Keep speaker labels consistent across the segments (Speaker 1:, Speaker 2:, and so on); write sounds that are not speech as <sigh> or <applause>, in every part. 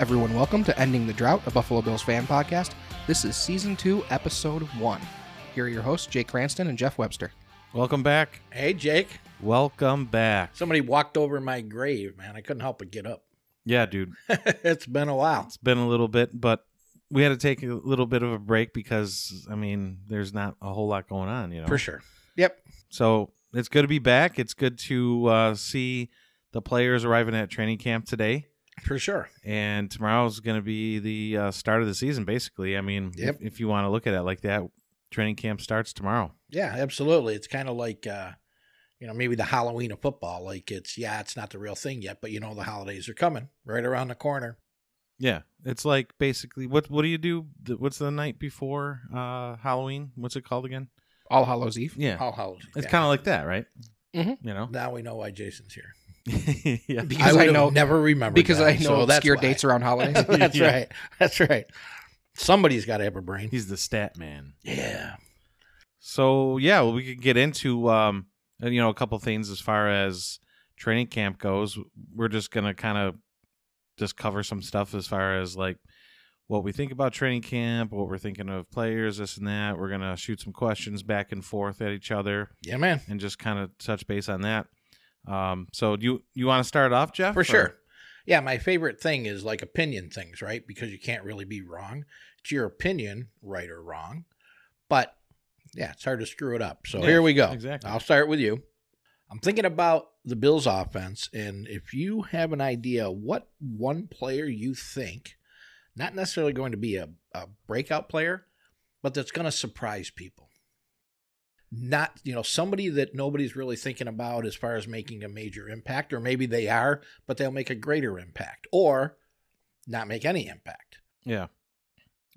Speaker 1: everyone, welcome to Ending the Drought, a Buffalo Bills fan podcast. This is season two, episode one. Here are your hosts, Jake Cranston and Jeff Webster.
Speaker 2: Welcome back.
Speaker 3: Hey, Jake.
Speaker 2: Welcome back.
Speaker 3: Somebody walked over my grave, man. I couldn't help but get up. <laughs>
Speaker 2: Yeah, dude.
Speaker 3: it's been a while.
Speaker 2: It's been a little bit, but we had to take a little bit of a break because I mean, there's not a whole lot going on, you know.
Speaker 3: For sure.
Speaker 1: Yep.
Speaker 2: So it's good to be back. It's good to uh, see the players arriving at training camp today,
Speaker 3: For sure.
Speaker 2: and tomorrow's going to be the uh, start of the season. Basically, I mean,
Speaker 3: Yep.
Speaker 2: if, if you want to look at it like that, training camp starts tomorrow.
Speaker 3: Yeah, absolutely. It's kind of like, uh, you know, maybe the Halloween of football. Like it's, yeah, it's not the real thing yet, but you know, the holidays are coming right around the corner.
Speaker 2: Yeah, it's like basically what what do you do? th- What's the night before uh, Halloween? What's it called again?
Speaker 1: All Hallows Eve.
Speaker 2: Yeah,
Speaker 3: All Halloween.
Speaker 2: It's kind of like that, right?
Speaker 1: Mhm.
Speaker 3: Mm-hmm.
Speaker 2: You know, <laughs>
Speaker 3: Now we know why Jason's here.
Speaker 2: yeah.
Speaker 1: <laughs> Because I
Speaker 3: would've
Speaker 1: know-
Speaker 3: never remember
Speaker 1: Because I know obscure
Speaker 3: why.
Speaker 1: dates around <laughs> holidays.
Speaker 3: <laughs> that's
Speaker 2: Yeah.
Speaker 3: right. That's right. Somebody's got to have a brain.
Speaker 2: He's the stat man.
Speaker 3: Yeah.
Speaker 2: So yeah, well, we could get into um, and, you know, a couple things as far as training camp goes. We're just gonna kind of just cover some stuff as far as like what we think about training camp, what we're thinking of players, this and that. We're gonna shoot some questions back and forth at each other
Speaker 3: Yeah, man.
Speaker 2: and just kind of touch base on that. Um, so do you you want to start off, Jeff?
Speaker 3: For
Speaker 2: or-
Speaker 3: sure. Yeah, my favorite thing is like opinion things, right? Because you can't really be wrong. It's your opinion, right or wrong. But yeah, it's hard to screw it up. So
Speaker 2: Yeah,
Speaker 3: here we go.
Speaker 2: exactly.
Speaker 3: I'll start with you. I'm thinking about the Bills offense, and if you have an idea what one player you think, not necessarily going to be a, a breakout player, but that's going to surprise people. Not, you know, somebody that nobody's really thinking about as far as making a major impact, or maybe they are, but they'll make a greater impact or not make any impact.
Speaker 2: Yeah.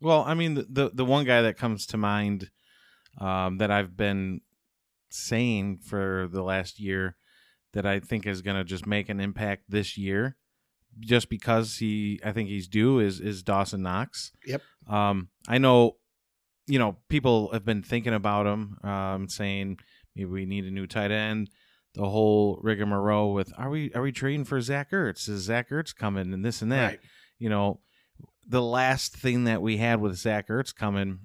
Speaker 2: Well, I mean, the the, the one guy that comes to mind um, that I've been saying for the last year that I think is going to just make an impact this year, just because he, I think he's due is is Dawson Knox.
Speaker 3: Yep.
Speaker 2: Um, I know, you know, people have been thinking about him, um, saying maybe we need a new tight end. The whole rigmarole with are we are we trading for Zach Ertz? Is Zach Ertz coming and this and that?
Speaker 3: Right.
Speaker 2: you know, the last thing that we had with Zach Ertz coming,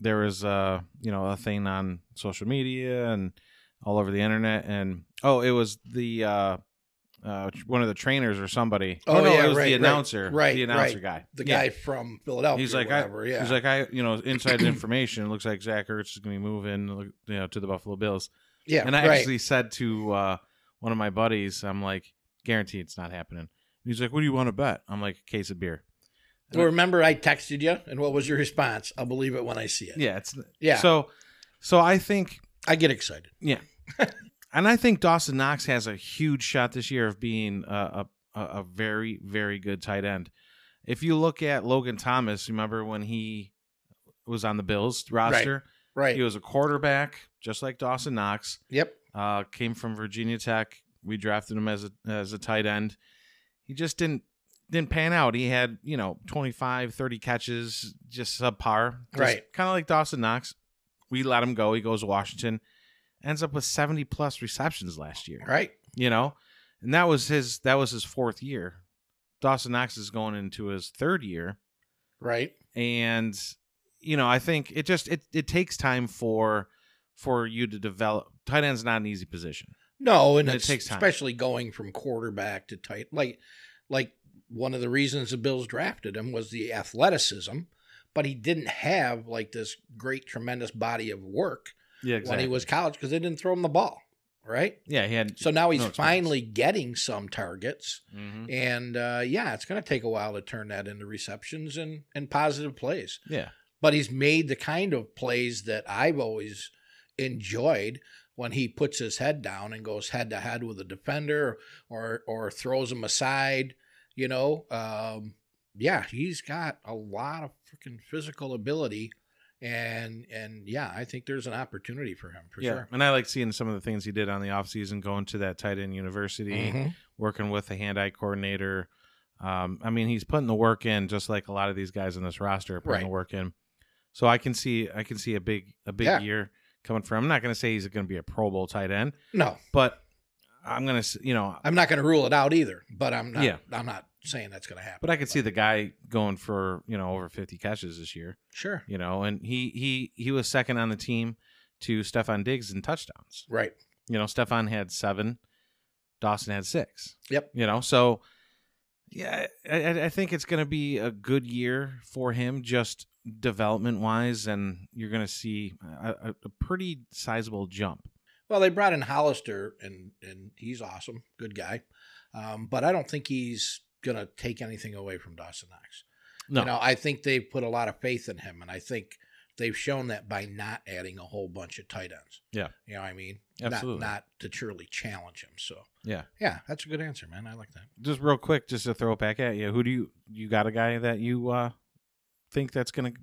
Speaker 2: there was uh, you know, a thing on social media and all over the internet, and oh, it was the uh, uh one of the trainers or somebody.
Speaker 3: Oh,
Speaker 2: no,
Speaker 3: yeah,
Speaker 2: it was
Speaker 3: right,
Speaker 2: the
Speaker 3: right,
Speaker 2: announcer,
Speaker 3: right,
Speaker 2: The announcer
Speaker 3: right.
Speaker 2: guy,
Speaker 3: The
Speaker 2: Yeah.
Speaker 3: guy from Philadelphia,
Speaker 2: He's
Speaker 3: he's
Speaker 2: like,
Speaker 3: like,
Speaker 2: I-
Speaker 3: whatever. yeah.
Speaker 2: He's like, I, you know, inside information. It looks like Zach Ertz is going to be moving, you know, to the Buffalo Bills.
Speaker 3: yeah,
Speaker 2: and I
Speaker 3: right.
Speaker 2: actually said to uh, one of my buddies, I'm like, guaranteed it's not happening. And he's like, what do you want to bet? I'm like, a case of beer.
Speaker 3: Well, remember I texted you, and what was your response? I'll believe it when I see it.
Speaker 2: Yeah, it's
Speaker 3: Yeah.
Speaker 2: So, so I think,
Speaker 3: I get excited.
Speaker 2: and I think Dawson Knox has a huge shot this year of being a a, a very very good tight end. If you look at Logan Thomas, remember when he was on the Bills roster?
Speaker 3: Right.
Speaker 2: He was a quarterback, just like Dawson Knox.
Speaker 3: yep.
Speaker 2: Uh, came from Virginia Tech. We drafted him as a as a tight end. He just didn't didn't pan out. He had, you know, 25, 30 catches, just subpar. Just
Speaker 3: Right.
Speaker 2: Kind of like Dawson Knox. We let him go. He goes to Washington. Ends up with 70 plus receptions last year.
Speaker 3: Right.
Speaker 2: You know? And that was his that was his fourth year. Dawson Knox is going into his third year
Speaker 3: Right.
Speaker 2: and you know i think it just it, it takes time for for you to develop tight end's not an easy position
Speaker 3: No, and
Speaker 2: And it
Speaker 3: it's
Speaker 2: takes time.
Speaker 3: especially going from quarterback to tight. Like, like one of the reasons the Bills drafted him was the athleticism, but he didn't have like this great tremendous body of work
Speaker 2: yeah
Speaker 3: when he was college because they didn't throw him the ball. Right.
Speaker 2: yeah he had
Speaker 3: So now he's
Speaker 2: No experience.
Speaker 3: finally getting some targets.
Speaker 2: Mhm.
Speaker 3: And uh, yeah, it's going to take a while to turn that into receptions and, and positive plays.
Speaker 2: yeah
Speaker 3: but he's made the kind of plays that I've always enjoyed when he puts his head down and goes head to head with a defender or or throws him aside, you know. Um, yeah, he's got a lot of freaking physical ability and and yeah, I think there's an opportunity for him for
Speaker 2: yeah
Speaker 3: sure.
Speaker 2: and i like seeing some of the things he did on the offseason going to that tight end university
Speaker 3: Mhm.
Speaker 2: working with the hand-eye coordinator um, i mean he's putting the work in just like a lot of these guys on this roster are putting the
Speaker 3: Right.
Speaker 2: work in so i can see i can see a big a big
Speaker 3: Yeah.
Speaker 2: year coming from i'm not going to say he's going to be a pro bowl tight end
Speaker 3: No,
Speaker 2: but i'm going to you know
Speaker 3: I'm not going to rule it out either, but I'm not
Speaker 2: Yeah.
Speaker 3: I'm not saying that's going to happen.
Speaker 2: But I could see the guy going for you know over 50 catches this year.
Speaker 3: sure,
Speaker 2: You know, and he he he was second on the team to Stefan Diggs in touchdowns.
Speaker 3: right?
Speaker 2: You know, Stefan had seven, Dawson had six.
Speaker 3: Yep.
Speaker 2: You know, so yeah, I, I- I think it's going to be a good year for him, just development wise, and you're going to see a, a- a pretty sizable jump.
Speaker 3: Well, they brought in Hollister, and and he's awesome, good guy, um, but I don't think he's going to take anything away from Dawson Knox.
Speaker 2: No,
Speaker 3: You know, I think they've put a lot of faith in him, and I think they've shown that by not adding a whole bunch of tight ends.
Speaker 2: Yeah.
Speaker 3: You know what I mean?
Speaker 2: Absolutely.
Speaker 3: Not, not to truly challenge him. So,
Speaker 2: Yeah.
Speaker 3: Yeah, that's a good answer, man. I like that.
Speaker 2: just real quick, just to throw it back at you, who do you you got a guy that you uh, think that's going to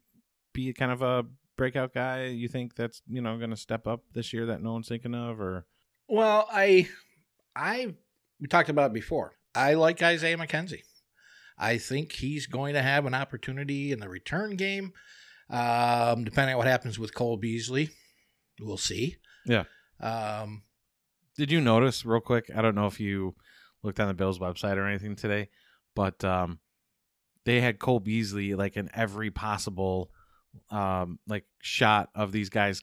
Speaker 2: be kind of a breakout guy? You think that's you know going to step up this year that no one's thinking of, or
Speaker 3: Well, I, I, we talked about it before. I like Isaiah McKenzie. I think he's going to have an opportunity in the return game. Um, depending on what happens with Cole Beasley, we'll see.
Speaker 2: Yeah.
Speaker 3: Um,
Speaker 2: Did you notice real quick? I don't know if you looked on the Bills website or anything today, but um, they had Cole Beasley like in every possible um, like shot of these guys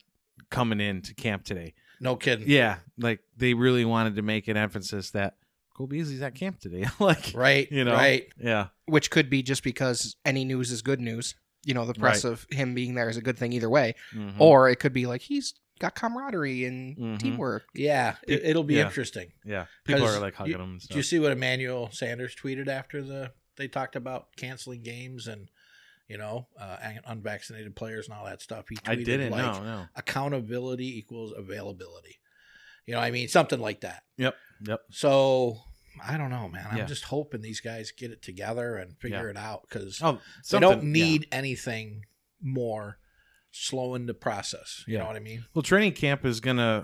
Speaker 2: coming in to camp today.
Speaker 3: no kidding.
Speaker 2: Yeah, like they really wanted to make an emphasis that Cole Beasley's at camp today. <laughs> like,
Speaker 3: Right.
Speaker 2: You know.
Speaker 3: Right.
Speaker 2: yeah,
Speaker 1: which could be just because any news is good news. You know, the press of him being there is a good thing either way.
Speaker 3: Mm-hmm.
Speaker 2: Mhm.
Speaker 1: Or it could be like he's got camaraderie and
Speaker 2: Mhm.
Speaker 1: teamwork.
Speaker 3: Yeah. It, it'll be
Speaker 2: Yeah.
Speaker 3: interesting.
Speaker 2: yeah, people
Speaker 3: 'Cause
Speaker 2: are like hugging
Speaker 3: you-
Speaker 2: him. And
Speaker 3: Did you
Speaker 2: stuff.
Speaker 3: see what Emmanuel Sanders tweeted after the they talked about canceling games and you know uh, un- unvaccinated players and all that stuff? He tweeted
Speaker 2: I didn't
Speaker 3: like,
Speaker 2: know. No.
Speaker 3: accountability equals availability. You know, what I mean something like that.
Speaker 2: Yep. Yep.
Speaker 3: So I don't know, man. I'm
Speaker 2: Yeah.
Speaker 3: just hoping these guys get it together and figure it out because
Speaker 2: Oh,
Speaker 3: they
Speaker 2: something-
Speaker 3: don't
Speaker 2: yeah.
Speaker 3: need anything more slowing the process. You
Speaker 2: Yeah.
Speaker 3: know what I mean?
Speaker 2: Well, training camp is going to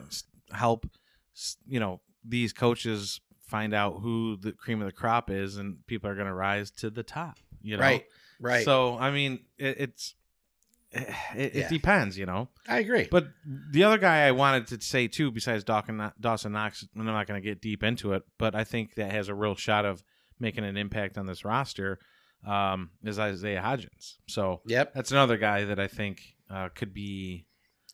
Speaker 2: help, s- you know, these coaches find out who the cream of the crop is, and people are going to rise to the top. You know,
Speaker 3: Right. Right.
Speaker 2: So, I mean, it, it's <sighs> it, it
Speaker 3: Yeah.
Speaker 2: depends, you know.
Speaker 3: I agree.
Speaker 2: But the other guy I wanted to say too, besides Dawson, Dawson Knox, and I'm not going to get deep into it, but I think that has a real shot of making an impact on this roster um, is Isaiah Hodgins. So
Speaker 3: yep.
Speaker 2: that's another guy that I think uh, could be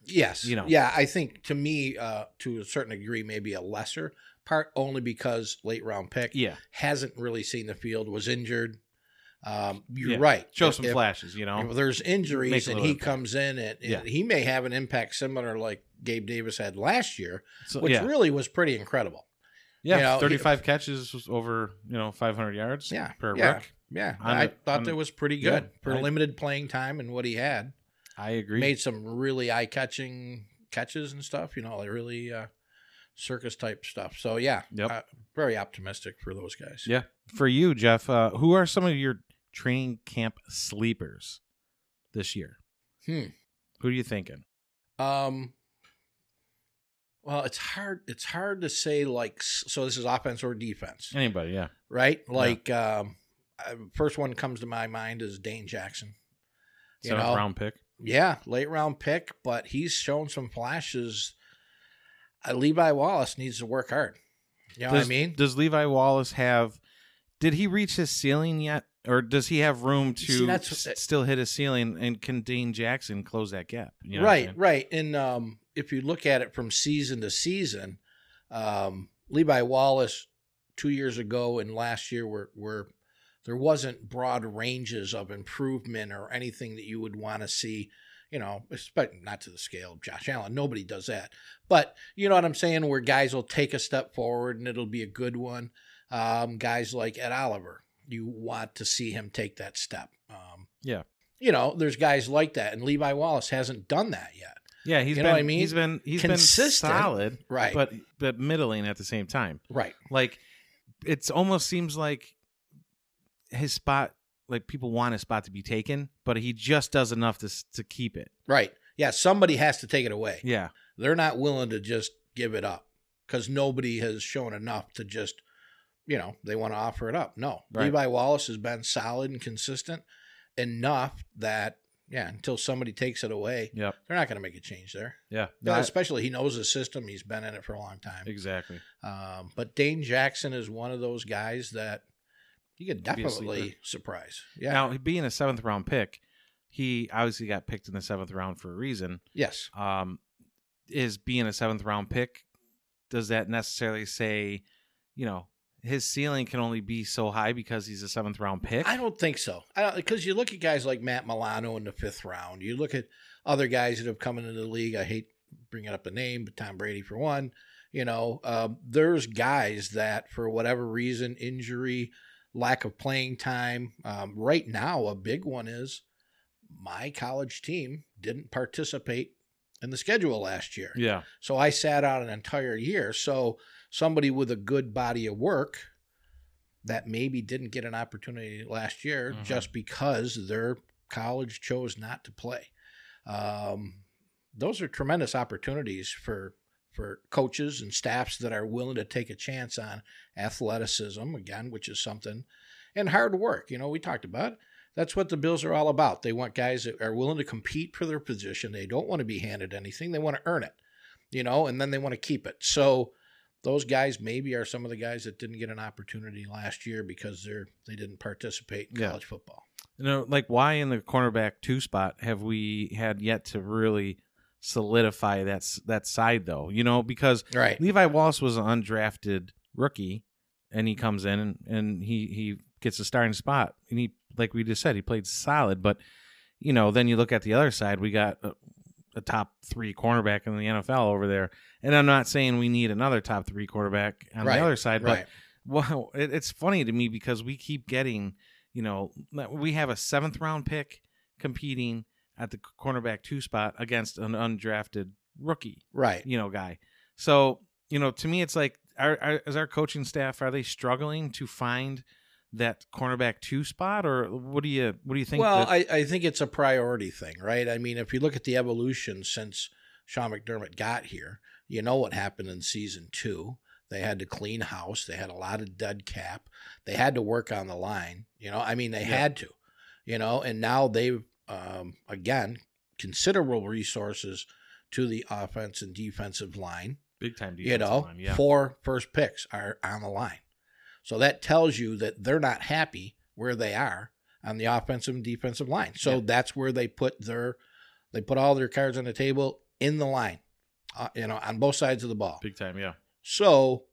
Speaker 3: Yes.
Speaker 2: you know.
Speaker 3: Yeah, I think to me, uh, to a certain degree, maybe a lesser part, only because late round pick
Speaker 2: yeah
Speaker 3: hasn't really seen the field, was injured. Um, you're
Speaker 2: Yeah.
Speaker 3: right.
Speaker 2: show
Speaker 3: If-
Speaker 2: some
Speaker 3: if-
Speaker 2: flashes. You know,
Speaker 3: If there's
Speaker 2: Make
Speaker 3: injuries
Speaker 2: a
Speaker 3: and
Speaker 2: little
Speaker 3: he
Speaker 2: impact.
Speaker 3: comes in, and, and
Speaker 2: Yeah.
Speaker 3: he may have an impact similar like Gabe Davis had last year,
Speaker 2: So,
Speaker 3: which
Speaker 2: yeah,
Speaker 3: really was pretty incredible.
Speaker 2: yeah,
Speaker 3: you know, he-
Speaker 2: 35 catches was over you know 500 yards.
Speaker 3: Yeah,
Speaker 2: per
Speaker 3: yeah.
Speaker 2: rec.
Speaker 3: Yeah,
Speaker 2: On
Speaker 3: I
Speaker 2: the-
Speaker 3: thought
Speaker 2: on-
Speaker 3: that was pretty
Speaker 2: Yeah,
Speaker 3: good for
Speaker 2: I-
Speaker 3: limited playing time and what he had.
Speaker 2: I agree.
Speaker 3: Made some really eye catching catches and stuff. You know, like really uh, circus type stuff. So yeah,
Speaker 2: Yep.
Speaker 3: uh, very optimistic for those guys.
Speaker 2: Yeah. For you, Jeff, uh, who are some of your training camp sleepers this year?
Speaker 3: Hmm.
Speaker 2: Who are you thinking?
Speaker 3: Um. Well, it's hard. It's hard to say. Like, s- so this is offense or defense,
Speaker 2: Anybody? Yeah.
Speaker 3: right? Like, um, uh, first one comes to my mind is Dane Jackson. You
Speaker 2: Seventh
Speaker 3: know,
Speaker 2: round pick.
Speaker 3: Yeah, late round pick, but he's shown some flashes. Uh, Levi Wallace needs to work hard. You know
Speaker 2: does,
Speaker 3: what I mean?
Speaker 2: does Levi Wallace have? Did he reach his ceiling yet, or does he have room to
Speaker 3: See, that's-
Speaker 2: s- still hit his ceiling? And can Dane Jackson close that gap? You know what I'm
Speaker 3: right,
Speaker 2: saying?
Speaker 3: right. And um, if you look at it from season to season, um, Levi Wallace two years ago and last year were were there wasn't broad ranges of improvement or anything that you would want to see. You know, expect not to the scale of Josh Allen. Nobody does that, but you know what I'm saying. Where guys will take a step forward and it'll be a good one. Um, guys like Ed Oliver, you want to see him take that step. Um,
Speaker 2: Yeah.
Speaker 3: you know, there's guys like that, and Levi Wallace hasn't done that yet.
Speaker 2: Yeah, he's
Speaker 3: You know
Speaker 2: been.
Speaker 3: what I mean?
Speaker 2: He's been. he's
Speaker 3: Consistent.
Speaker 2: been solid,
Speaker 3: Right.
Speaker 2: but but middling at the same time.
Speaker 3: right.
Speaker 2: Like it's almost seems like his spot. Like people want his spot to be taken, but he just does enough to s- to keep it.
Speaker 3: Right. Yeah, somebody has to take it away.
Speaker 2: Yeah.
Speaker 3: They're not willing to just give it up because nobody has shown enough to just, you know, they want to offer it up. No.
Speaker 2: Right.
Speaker 3: Levi Wallace has been solid and consistent enough that, yeah, until somebody takes it away,
Speaker 2: Yep.
Speaker 3: they're not going to make a change there.
Speaker 2: Yeah.
Speaker 3: No,
Speaker 2: Not-
Speaker 3: especially he knows the system. He's been in it for a long time.
Speaker 2: exactly.
Speaker 3: Um, but Dane Jackson is one of those guys that You could
Speaker 2: Could be a
Speaker 3: definitely
Speaker 2: sleeper.
Speaker 3: surprise. Yeah.
Speaker 2: Now, being a seventh round pick, he obviously got picked in the seventh round for a reason.
Speaker 3: yes.
Speaker 2: Um, is being a seventh round pick, does that necessarily say, you know, his ceiling can only be so high because he's a seventh round pick?
Speaker 3: I don't think so. I don't because you look at guys like Matt Milano in the fifth round. You look at other guys that have come into the league. I hate bringing up a name, but Tom Brady for one. You know, um, there's guys that for whatever reason, injury, lack of playing time. Um, right now, a big one is my college team didn't participate in the schedule last year.
Speaker 2: Yeah.
Speaker 3: So I sat out an entire year. So somebody with a good body of work that maybe didn't get an opportunity last year
Speaker 2: Mhm.
Speaker 3: just because their college chose not to play. Um, those are tremendous opportunities for for coaches and staffs that are willing to take a chance on athleticism again, which is something, and hard work. You know, we talked about it. that's what the Bills are all about. They want guys that are willing to compete for their position. They don't want to be handed anything. They want to earn it you know, and then they want to keep it. So those guys maybe are some of the guys that didn't get an opportunity last year because they're they didn't participate in
Speaker 2: Yeah.
Speaker 3: college football.
Speaker 2: You know, like why in the cornerback two spot have we had yet to really solidify that s- that side though? You know, because
Speaker 3: Right.
Speaker 2: Levi Wallace was an undrafted rookie, and he comes in and, and he he gets a starting spot, and he like we just said he played solid, but you know then you look at the other side, we got a, a top three cornerback in the NFL over there, and I'm not saying we need another top three quarterback on
Speaker 3: Right,
Speaker 2: the other side, but
Speaker 3: Right.
Speaker 2: Wow, it, it's funny to me because we keep getting, you know, that we have a seventh round pick competing at the cornerback two spot against an undrafted rookie,
Speaker 3: Right.
Speaker 2: you know, guy. So, you know, to me, it's like, are, are, is our coaching staff are they struggling to find that cornerback two spot, or what do you what do you think?
Speaker 3: Well,
Speaker 2: that-
Speaker 3: I, I think it's a priority thing, right? I mean, if you look at the evolution since Sean McDermott got here, you know what happened in season two. They had to clean house. They had a lot of dead cap. They had to work on the line. You know, I mean, they
Speaker 2: Yeah.
Speaker 3: had to, you know, and now they've, um, again, considerable resources to the offense and defensive line
Speaker 2: big time,
Speaker 3: you know,
Speaker 2: defensive line, yeah,
Speaker 3: four first picks are on the line. So that tells you that they're not happy where they are on the offensive and defensive line. So
Speaker 2: Yeah.
Speaker 3: that's where they put their they put all their cards on the table in the line, uh, you know, on both sides of the ball.
Speaker 2: big time, yeah,
Speaker 3: So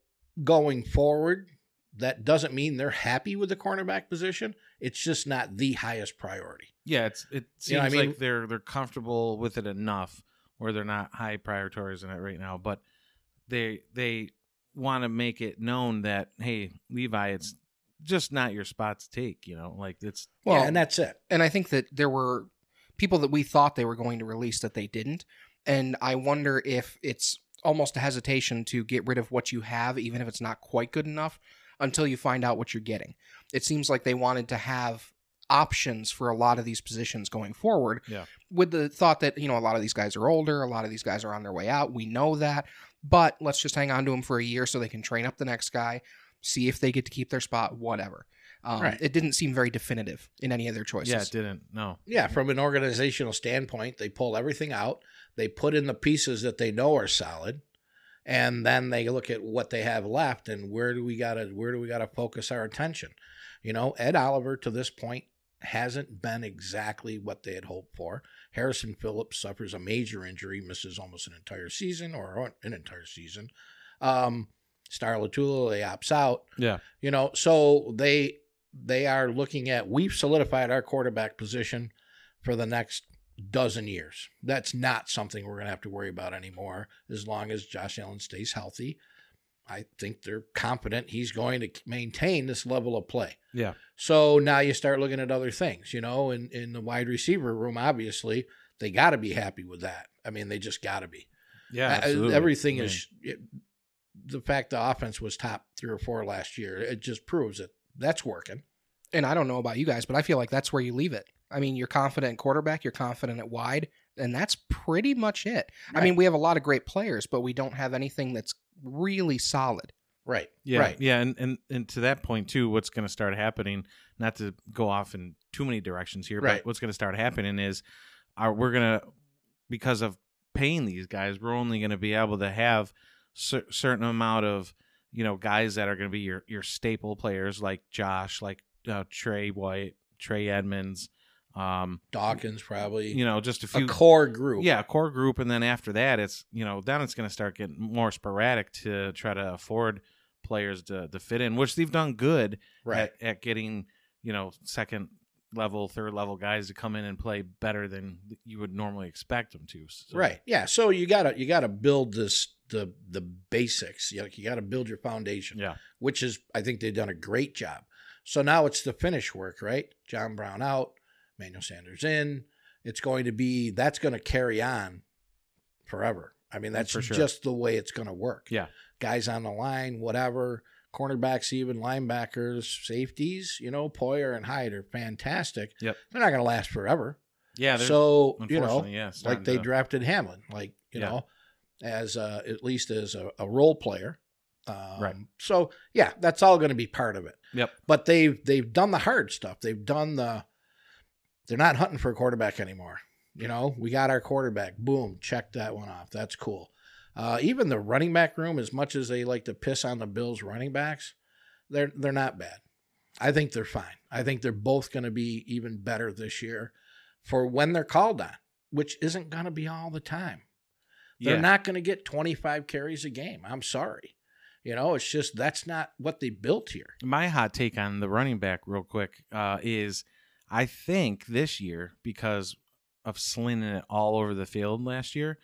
Speaker 3: going forward, that doesn't mean they're happy with the cornerback position. It's just not the highest priority.
Speaker 2: yeah. It's it seems
Speaker 3: You know, I mean-
Speaker 2: like they're they're comfortable with it enough where they're not high prioritizing in it right now, but they they want to make it known that hey, Levi, it's just not your spot to take. You know, like it's
Speaker 1: Well,
Speaker 3: yeah, and that's it.
Speaker 1: and I think that there were people that we thought they were going to release that they didn't. And I wonder if it's almost a hesitation to get rid of what you have, even if it's not quite good enough, until you find out what you're getting. It seems like they wanted to have options for a lot of these positions going forward
Speaker 2: Yeah.
Speaker 1: with the thought that you know a lot of these guys are older a lot of these guys are on their way out we know that but let's just hang on to them for a year so they can train up the next guy see if they get to keep their spot whatever um,
Speaker 3: Right.
Speaker 1: it didn't seem very definitive in any of their choices
Speaker 2: yeah, it didn't no
Speaker 3: Yeah, from an organizational standpoint, they pull everything out, they put in the pieces that they know are solid, and then they look at what they have left and where do we gotta where do we gotta focus our attention. You know, Ed Oliver to this point hasn't been exactly what they had hoped for. Harrison Phillips suffers a major injury, misses almost an entire season or an entire season. Um, Star Latula, they opts out
Speaker 2: yeah
Speaker 3: you know so they they are looking at we've solidified our quarterback position for the next dozen years that's not something we're going to have to worry about anymore as long as josh allen stays healthy i think they're confident he's going to maintain this level of play
Speaker 2: yeah
Speaker 3: so now you start looking at other things you know in in the wide receiver room obviously they got to be happy with that i mean they just got to be
Speaker 2: yeah.
Speaker 3: I- I-
Speaker 2: absolutely.
Speaker 3: Everything
Speaker 2: I mean,
Speaker 3: is it, the fact the offense was top three or four last year. It just proves that that's working.
Speaker 1: and I don't know about you guys, but I feel like that's where you leave it. I mean, you're confident at quarterback, you're confident at wide, and that's pretty much it. I mean, we have a lot of great players, but we don't have anything that's really solid.
Speaker 3: Right.
Speaker 2: Yeah,
Speaker 3: Right.
Speaker 2: yeah, and, and and to that point too, what's going to start happening? Not to go off in too many directions here,
Speaker 3: Right.
Speaker 2: but what's going to start happening is, are we're going to because of paying these guys, we're only going to be able to have cer- certain amount of you know guys that are going to be your your staple players like Josh, like uh, Trey White, Trey Edmonds, um,
Speaker 3: Dawkins probably.
Speaker 2: you know, just a
Speaker 3: Eh, a
Speaker 2: few
Speaker 3: core group.
Speaker 2: Yeah, a core group, and then after that, it's you know then it's going to start getting more sporadic to try to afford players to to fit in, which they've done good
Speaker 3: Right.
Speaker 2: at, at getting you know second level, third level guys to come in and play better than you would normally expect them to. So-
Speaker 3: Right. Yeah. So you gotta you gotta build this the the basics. You, you gotta build your foundation.
Speaker 2: Yeah.
Speaker 3: Which is I think they've done a great job. So now it's the finish work, right? John Brown out, Manuel Sanders in. It's going to be that's going to carry on forever. I mean, that's
Speaker 2: Oh, For sure.
Speaker 3: just the way it's going to work.
Speaker 2: Yeah.
Speaker 3: Guys on the line, whatever, cornerbacks, even linebackers, safeties, you know, Poyer and Hyde are fantastic.
Speaker 2: Yep.
Speaker 3: They're not going to last forever.
Speaker 2: Yeah. they're-
Speaker 3: so, you know,
Speaker 2: unfortunately, yeah,
Speaker 3: like
Speaker 2: starting
Speaker 3: they
Speaker 2: to-
Speaker 3: drafted Hamlin, like you
Speaker 2: Yeah.
Speaker 3: know, as uh, at least as a, a role player. Um,
Speaker 2: Right.
Speaker 3: So yeah, that's all going to be part of it.
Speaker 2: Yep.
Speaker 3: But they've they've done the hard stuff. They've done the. They're not hunting for a quarterback anymore. You know, we got our quarterback. Boom, check that one off. That's cool. Uh, even the running back room, as much as they like to piss on the Bills running backs, they're they're not bad. I think they're fine. I think they're both going to be even better this year for when they're called on, which isn't going to be all the time. They're
Speaker 2: yeah.
Speaker 3: not going to get 25 carries a game. I'm sorry. You know, it's just that's not what they built here.
Speaker 2: my hot take on the running back real quick uh, is I think this year because of slinging it all over the field last year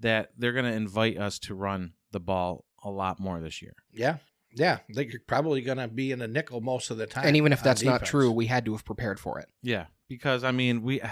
Speaker 2: that they're going to invite us to run the ball a lot more this year.
Speaker 3: Yeah. Yeah. They're probably going to be in a nickel most of the time.
Speaker 1: And even if
Speaker 3: on
Speaker 1: that's not
Speaker 3: defense.
Speaker 1: true, we had to have prepared for it.
Speaker 2: Yeah, because I mean we uh,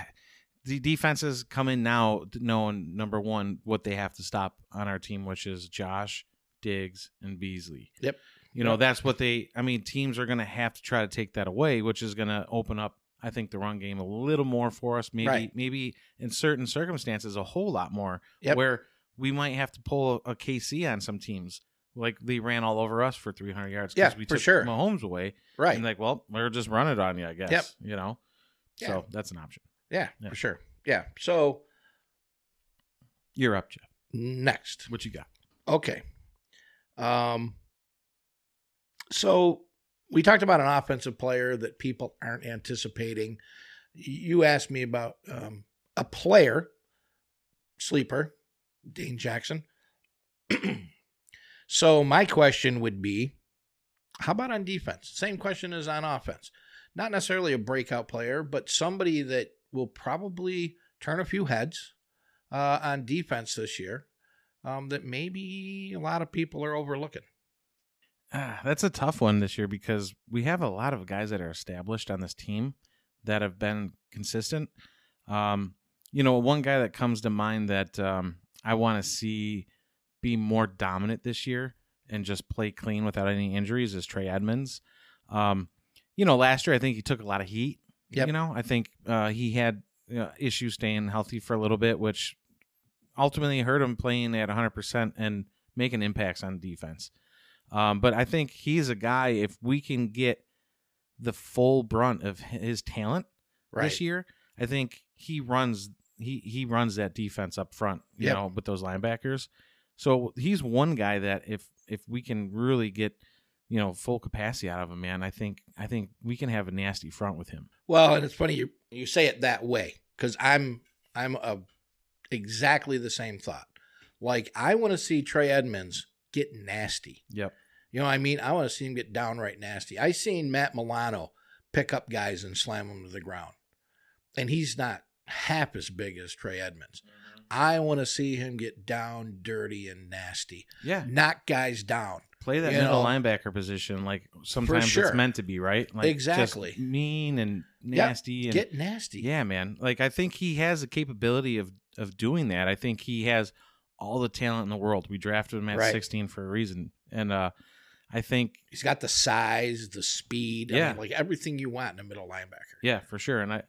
Speaker 2: the defenses come in now knowing number 1 what they have to stop on our team which is Josh, Diggs and Beasley.
Speaker 3: Yep.
Speaker 2: You know,
Speaker 3: Yep.
Speaker 2: that's what they I mean teams are going to have to try to take that away which is going to open up I think the run game a little more for us maybe
Speaker 3: Right.
Speaker 2: maybe in certain circumstances a whole lot more
Speaker 3: Yep.
Speaker 2: where we might have to pull a, KC on some teams like they ran all over us for 300 yards
Speaker 3: Yeah,
Speaker 2: we
Speaker 3: for
Speaker 2: took
Speaker 3: sure.
Speaker 2: Mahomes away.
Speaker 3: right.
Speaker 2: And like, well, we're just running on you, I guess.
Speaker 3: Yep.
Speaker 2: You know,
Speaker 3: Yeah.
Speaker 2: so that's an option.
Speaker 3: yeah,
Speaker 2: Yeah.
Speaker 3: For sure. Yeah. So
Speaker 2: You're up, Jeff.
Speaker 3: next.
Speaker 2: What you got?
Speaker 3: Okay. Um, so we talked about an offensive player that people aren't anticipating. You asked me about um, a player, sleeper, Dane Jackson. <clears throat> so my question would be how about on defense? Same question as on offense. Not necessarily a breakout player, but somebody that will probably turn a few heads uh, on defense this year um, that maybe a lot of people are overlooking.
Speaker 2: Ah, that's a tough one this year because we have a lot of guys that are established on this team that have been consistent. Um, you know, one guy that comes to mind that um, I want to see be more dominant this year and just play clean without any injuries is Trey Edmonds. Um, you know, last year I think he took a lot of heat.
Speaker 3: Yep.
Speaker 2: You know, I think uh, he had uh, issues staying healthy for a little bit, which ultimately hurt him playing at 100% and making impacts on defense. Um, but I think he's a guy, if we can get the full brunt of his talent this year, I think he runs he he runs that defense up front, you
Speaker 3: Yep.
Speaker 2: know, with those linebackers. So he's one guy that if if we can really get, you know, full capacity out of him, man, I think I think we can have a nasty front with him.
Speaker 3: Well, and it's funny you you say it that way because I'm I'm a exactly the same thought. Like I want to see Trey Edmonds get nasty.
Speaker 2: Yep.
Speaker 3: You know what I mean? I want to see him get downright nasty. I seen Matt Milano pick up guys and slam them to the ground. And he's not half as big as Trey Edmonds. I want to see him get down dirty and nasty.
Speaker 2: Yeah.
Speaker 3: Knock guys down.
Speaker 2: Play that
Speaker 3: You
Speaker 2: middle
Speaker 3: know,
Speaker 2: linebacker position like sometimes
Speaker 3: sure.
Speaker 2: it's meant to be, right? Like just
Speaker 3: Exactly.
Speaker 2: mean and
Speaker 3: Yep.
Speaker 2: nasty and
Speaker 3: Get nasty.
Speaker 2: Yeah, man. Like I think he has the capability of of doing that. I think he has all the talent in the world. We drafted him at
Speaker 3: Right.
Speaker 2: 16 for a reason. And uh I think
Speaker 3: He's got the size, the speed, I
Speaker 2: Yeah.
Speaker 3: mean, like everything you want in a middle linebacker.
Speaker 2: yeah, for sure. And I,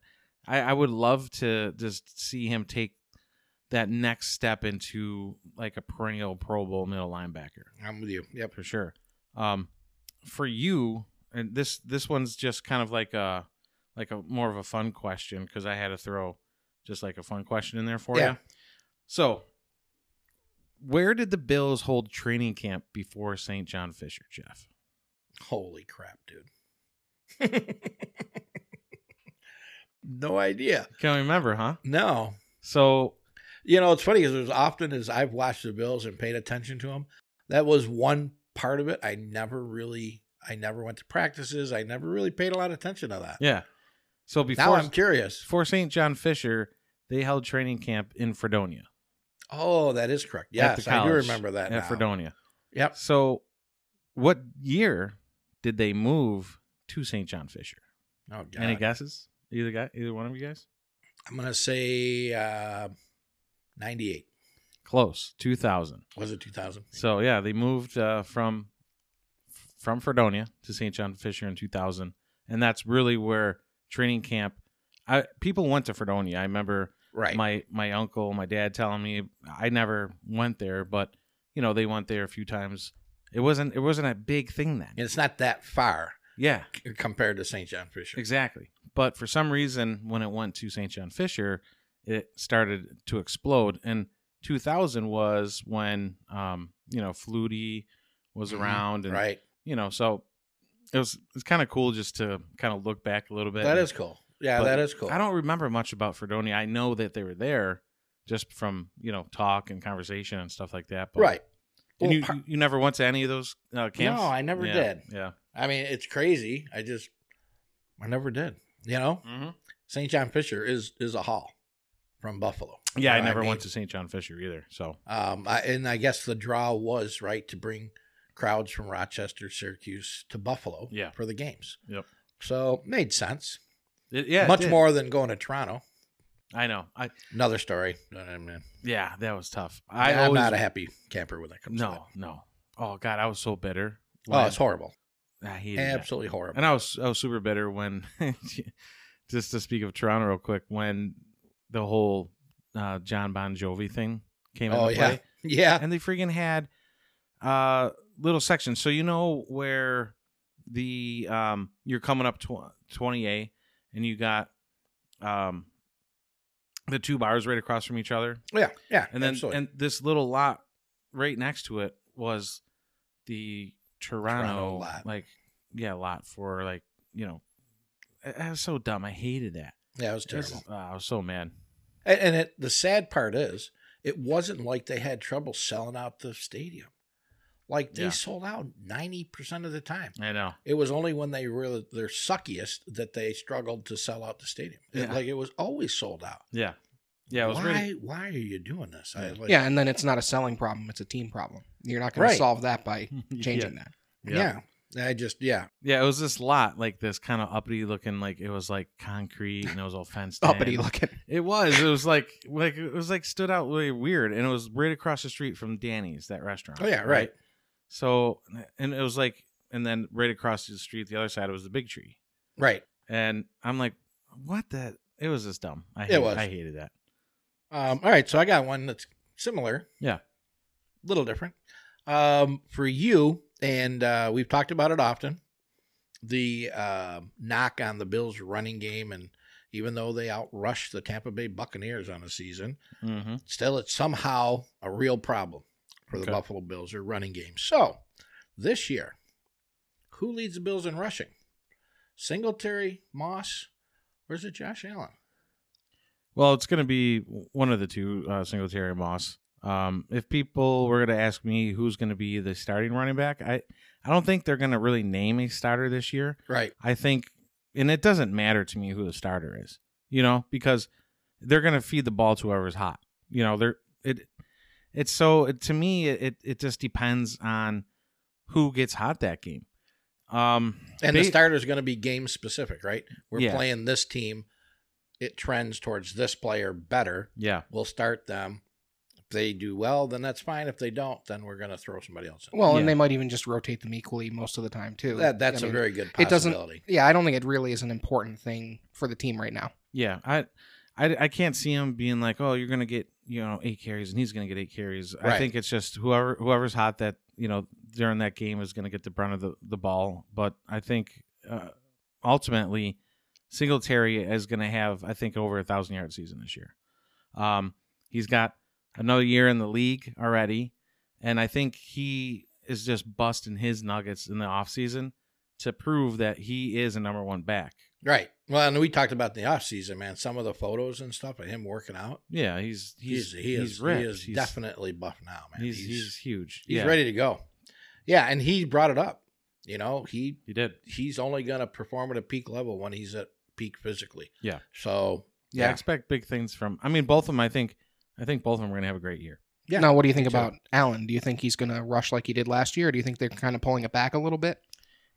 Speaker 2: I I would love to just see him take that next step into like a perennial Pro Bowl middle linebacker.
Speaker 3: I'm with you. Yep.
Speaker 2: for sure. Um, for you, and this this one's just kind of like a like a more of a fun question because I had to throw just like a fun question in there for
Speaker 3: Yeah.
Speaker 2: you. So, where did the Bills hold training camp before St. John Fisher, Jeff?
Speaker 3: Holy crap, dude. <laughs> no idea.
Speaker 2: Can't remember, huh?
Speaker 3: No,
Speaker 2: So
Speaker 3: You know, it's funny because as often as I've watched the Bills and paid attention to them, that was one part of it. I never really, I never went to practices. I never really paid a lot of attention to that.
Speaker 2: yeah. So
Speaker 3: now
Speaker 2: before
Speaker 3: I'm curious.
Speaker 2: before St. John Fisher, they held training camp in Fredonia.
Speaker 3: Oh, that is correct.
Speaker 2: At the
Speaker 3: Yes, I do
Speaker 2: college
Speaker 3: remember that.
Speaker 2: at
Speaker 3: now.
Speaker 2: Fredonia.
Speaker 3: Yep.
Speaker 2: So what year did they move to St. John Fisher?
Speaker 3: Oh, God.
Speaker 2: Any guesses? Either guy either one of you guys?
Speaker 3: I'm gonna say uh, 98.
Speaker 2: Close. Two thousand.
Speaker 3: Was it 2000?
Speaker 2: So yeah, they moved uh, from from Fredonia to St. John Fisher in 2000, and that's really where training camp. I, people went to Fredonia. I remember
Speaker 3: right.
Speaker 2: my my uncle, my dad telling me I never went there, but you know they went there a few times. It wasn't it wasn't a big thing then.
Speaker 3: and it's not that far
Speaker 2: Yeah,
Speaker 3: c- compared to St. John Fisher.
Speaker 2: exactly. But for some reason, when it went to St. John Fisher, it started to explode. And 2000 was when um, you know Flutie was
Speaker 3: Mhm.
Speaker 2: around, and
Speaker 3: Right.
Speaker 2: you know, so it was it's kind of cool just to kind of look back a little bit.
Speaker 3: That is cool. Yeah,
Speaker 2: But
Speaker 3: that is cool.
Speaker 2: I don't remember much about Fredonia. I know that they were there just from you know talk and conversation and stuff like that. But
Speaker 3: Right.
Speaker 2: And
Speaker 3: Well,
Speaker 2: you
Speaker 3: par-
Speaker 2: you- you never went to any of those uh, camps?
Speaker 3: No, I never
Speaker 2: Yeah,
Speaker 3: did.
Speaker 2: Yeah.
Speaker 3: I mean, it's crazy. I just, I never did. You know, St. John Fisher is is a haul from Buffalo.
Speaker 2: Yeah, I
Speaker 3: You know what
Speaker 2: never
Speaker 3: mean?
Speaker 2: went to St. John Fisher either. So
Speaker 3: Um, I, and I guess the draw was right to bring crowds from Rochester, Syracuse to Buffalo
Speaker 2: Yeah.
Speaker 3: for the games.
Speaker 2: Yep.
Speaker 3: So made sense.
Speaker 2: it, yeah, it
Speaker 3: Much
Speaker 2: did.
Speaker 3: more than going to Toronto.
Speaker 2: I know. I
Speaker 3: Another story. I mean,
Speaker 2: yeah, that was tough. I
Speaker 3: I'm
Speaker 2: always
Speaker 3: not a happy camper when that comes. to
Speaker 2: no no. Oh God, I was so bitter.
Speaker 3: that. Oh, it's horrible.
Speaker 2: I hated that.
Speaker 3: Absolutely horrible.
Speaker 2: And I was I was super bitter when, <laughs> just to speak of Toronto real quick, when the whole uh, John Bon Jovi thing came
Speaker 3: oh
Speaker 2: into
Speaker 3: yeah,
Speaker 2: play,
Speaker 3: <laughs> yeah.
Speaker 2: and they freaking had uh, little sections. So you know where the um, you're coming up twenty a, and you got um, the two bars right across from each other,
Speaker 3: Yeah, yeah,
Speaker 2: and then
Speaker 3: absolutely.
Speaker 2: and this little lot right next to it was the Toronto,
Speaker 3: Toronto lot.
Speaker 2: like yeah lot for like you know it, it was so dumb I hated that
Speaker 3: yeah, it was
Speaker 2: This
Speaker 3: terrible.
Speaker 2: is- ah, I was so mad
Speaker 3: And, and it, the sad part is, it wasn't like they had trouble selling out the stadium. Like they
Speaker 2: Yeah.
Speaker 3: sold out ninety percent of the time.
Speaker 2: I know
Speaker 3: It was only when they were their suckiest that they struggled to sell out the stadium. It-
Speaker 2: Yeah.
Speaker 3: like it was always sold out.
Speaker 2: yeah yeah it was
Speaker 3: why?
Speaker 2: really
Speaker 3: Why are you doing this? I, like,
Speaker 1: yeah, and then it's not a selling problem; it's a team problem. You're not going
Speaker 3: Right.
Speaker 1: to solve that by
Speaker 2: <laughs> yeah.
Speaker 1: changing that.
Speaker 3: yeah, I just yeah.
Speaker 2: yeah it was this lot like this kind of uppity looking like it was like concrete and it was all fenced
Speaker 3: <laughs>
Speaker 2: in.
Speaker 1: Uppity looking.
Speaker 2: it was it was like like it was like stood out really weird and it was right across the street from Danny's that restaurant
Speaker 3: Oh yeah, right.
Speaker 2: So, and it was like, and then right across the street, the other side was the big tree.
Speaker 3: Right.
Speaker 2: And I'm like, what the? It was just dumb. I hated,
Speaker 3: was.
Speaker 2: I hated that.
Speaker 3: Um, all right, so I got one that's similar.
Speaker 2: Yeah.
Speaker 3: little different. Um, for you, and uh, we've talked about it often. The uh, knock on the Bills' running game, and even though they outrushed the Tampa Bay Buccaneers on a season,
Speaker 2: Mm-hmm.
Speaker 3: still it's somehow a real problem for the
Speaker 2: Okay.
Speaker 3: Buffalo Bills or running game. So this year, who leads the Bills in rushing? Singletary, Moss, or is it Josh Allen?
Speaker 2: Well, it's going to be one of the two, uh, Singletary and Moss. Um, if people were going to ask me who's going to be the starting running back, I, I don't think they're going to really name a starter this year.
Speaker 3: Right.
Speaker 2: I think, and it doesn't matter to me who the starter is, you know, because they're going to feed the ball to whoever's hot. You know, they're it. It's so it, to me, it it just depends on who gets hot that game. Um,
Speaker 3: And the
Speaker 2: ba-
Speaker 3: starter is going to be game specific, right? We're
Speaker 2: Yeah.
Speaker 3: playing this team. It trends towards this player better.
Speaker 2: yeah,
Speaker 3: We'll start them. If they do well, then that's fine. If they don't, then we're going to throw somebody else in.
Speaker 1: Well,
Speaker 2: Yeah.
Speaker 1: and they might even just rotate them equally most of the time too.
Speaker 3: that, that's
Speaker 1: I
Speaker 3: a
Speaker 1: mean,
Speaker 3: very good
Speaker 1: it doesn't-
Speaker 3: possibility.
Speaker 1: yeah. I don't think it really is an important thing for the team right now.
Speaker 2: yeah. I, I I can't see him being like, oh, you're going to get you know eight carries and he's going to get eight carries. I
Speaker 3: Right.
Speaker 2: think it's just whoever whoever's hot that you know during that game is going to get the brunt of the the ball. But I think uh, ultimately. Singletary is going to have, I think, over a thousand yard season this year. Um, he's got another year in the league already, and I think he is just busting his nuggets in the offseason to prove that he is a number one back.
Speaker 3: Right. Well, and we talked about in the off season, man. Some of the photos and stuff of him working out.
Speaker 2: Yeah, he's he's
Speaker 3: He's, he is,
Speaker 2: he's ripped.
Speaker 3: he is
Speaker 2: he's,
Speaker 3: definitely buff now, man.
Speaker 2: he's, he's huge.
Speaker 3: he's
Speaker 2: yeah,
Speaker 3: ready to go. Yeah, and he brought it up. You know, he
Speaker 2: He did.
Speaker 3: he's only gonna perform at a peak level when he's at peak physically.
Speaker 2: Yeah.
Speaker 3: So
Speaker 2: Yeah, I
Speaker 1: Yeah.
Speaker 2: expect big things from. I mean, both of them. I think I think both of them are gonna have a great year.
Speaker 3: yeah.
Speaker 1: Now, what do you think
Speaker 3: me too.
Speaker 1: about Allen? Do you think he's going to rush like he did last year? Or do you think they're kind of pulling it back a little bit?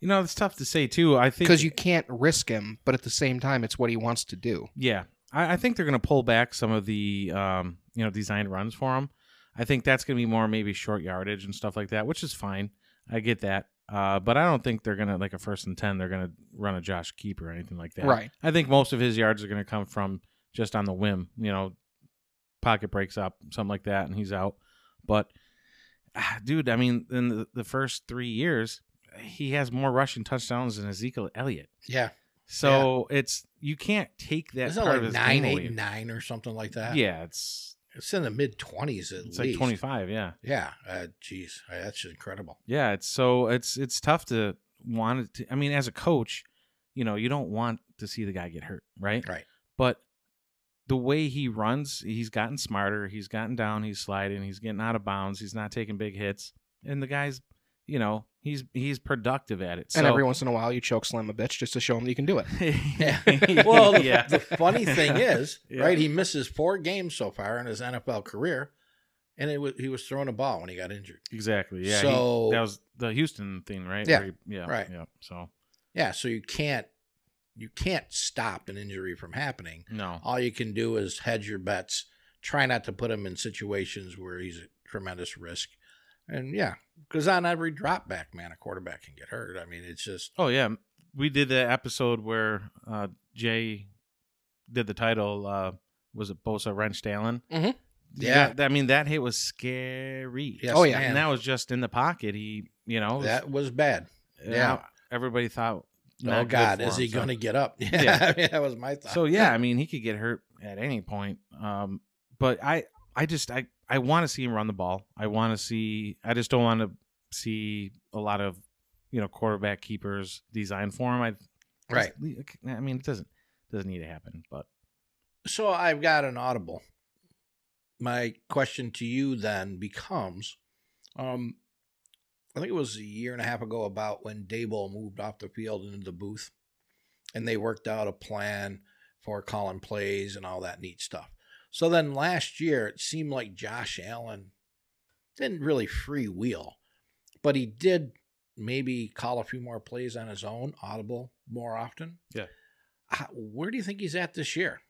Speaker 2: You know, it's tough to say too. I think
Speaker 1: Because you can't risk him, but at the same time, it's what he wants to do.
Speaker 2: Yeah, I, I think they're going to pull back some of the um, you know designed runs for him. I think that's going to be more maybe short yardage and stuff like that, which is fine. I get that, uh, but I don't think they're going to like a first and ten. They're going to run a Josh Keep or anything like that.
Speaker 1: Right.
Speaker 2: I think most of his yards are going to come from just on the whim. You know, pocket breaks up, something like that, and he's out. But ah, dude, I mean, in the, the first three years, he has more rushing touchdowns than Ezekiel Elliott.
Speaker 3: yeah.
Speaker 2: So it's you can't take that
Speaker 3: Isn't it
Speaker 2: part
Speaker 3: like
Speaker 2: of his
Speaker 3: nine,
Speaker 2: game away.
Speaker 3: eight, nine or something like that?
Speaker 2: Yeah, it's
Speaker 3: It's in the mid twenties at
Speaker 2: it's like
Speaker 3: least.
Speaker 2: twenty five. Yeah,
Speaker 3: Yeah. Uh geez. Uh, That's incredible.
Speaker 2: yeah. It's so it's it's tough to want it to. I mean, as a coach, you know you don't want to see the guy get hurt, right? <laughs>
Speaker 3: Right.
Speaker 2: But the way he runs, he's gotten smarter. He's gotten down. He's sliding. He's getting out of bounds. He's not taking big hits. And the guy's, you know, he's he's productive at it.
Speaker 1: And
Speaker 2: so,
Speaker 1: every
Speaker 2: <laughs>
Speaker 1: once in a while, you choke slam a bitch just to show him that you can do it.
Speaker 2: <laughs>
Speaker 3: Yeah. well, the-
Speaker 2: yeah.
Speaker 3: the funny thing is,
Speaker 2: <laughs> Yeah.
Speaker 3: right? He misses four games so far in his NFL career, and it was, he was throwing a ball when he got injured.
Speaker 2: exactly. Yeah. he-
Speaker 3: So-
Speaker 2: that was the Houston thing, right?
Speaker 1: Yeah,
Speaker 2: Where he- yeah.
Speaker 3: right.
Speaker 2: Yeah. So
Speaker 3: Yeah, so you can't you can't stop an injury from happening.
Speaker 2: no.
Speaker 3: All you can do is hedge your bets, try not to put him in situations where he's at tremendous risk. And yeah, because on every drop back, man, a quarterback can get hurt. I mean, it's just
Speaker 2: Oh yeah, we did the episode where uh, Jay did the title. Uh, was it Bosa Wrench Allen?
Speaker 1: Mhm.
Speaker 3: Mm-hmm. Yeah.
Speaker 2: That- I mean that hit was scary.
Speaker 3: yes,
Speaker 1: Oh, yeah,
Speaker 3: man,
Speaker 2: and that was just in the pocket. He, you know,
Speaker 3: that was bad.
Speaker 2: and
Speaker 3: yeah.
Speaker 2: I- everybody thought,
Speaker 3: Oh
Speaker 2: not good
Speaker 3: God,
Speaker 2: for
Speaker 3: is
Speaker 2: him,
Speaker 3: he
Speaker 2: so-
Speaker 3: gonna get up? <laughs> Yeah,
Speaker 2: Yeah.
Speaker 3: I mean, that was my
Speaker 2: <laughs>
Speaker 3: thought.
Speaker 2: So yeah, I mean he could get hurt at any point. Um, but I, I just I, I want to see him run the ball. I want to see. I just don't want to see a lot of, you know, quarterback keepers designed for him. I
Speaker 3: right.
Speaker 2: Just- I mean, it doesn't doesn't need to happen, but
Speaker 3: So I've got an audible. My question to you then becomes, um, I think it was a year and a half ago about when Dable moved off the field into the booth, and they worked out a plan for calling plays and all that neat stuff. So then last year it seemed like Josh Allen didn't really freewheel, but he did maybe call a few more plays on his own, audible more often.
Speaker 2: Yeah.
Speaker 3: How- Where do you think he's at this year?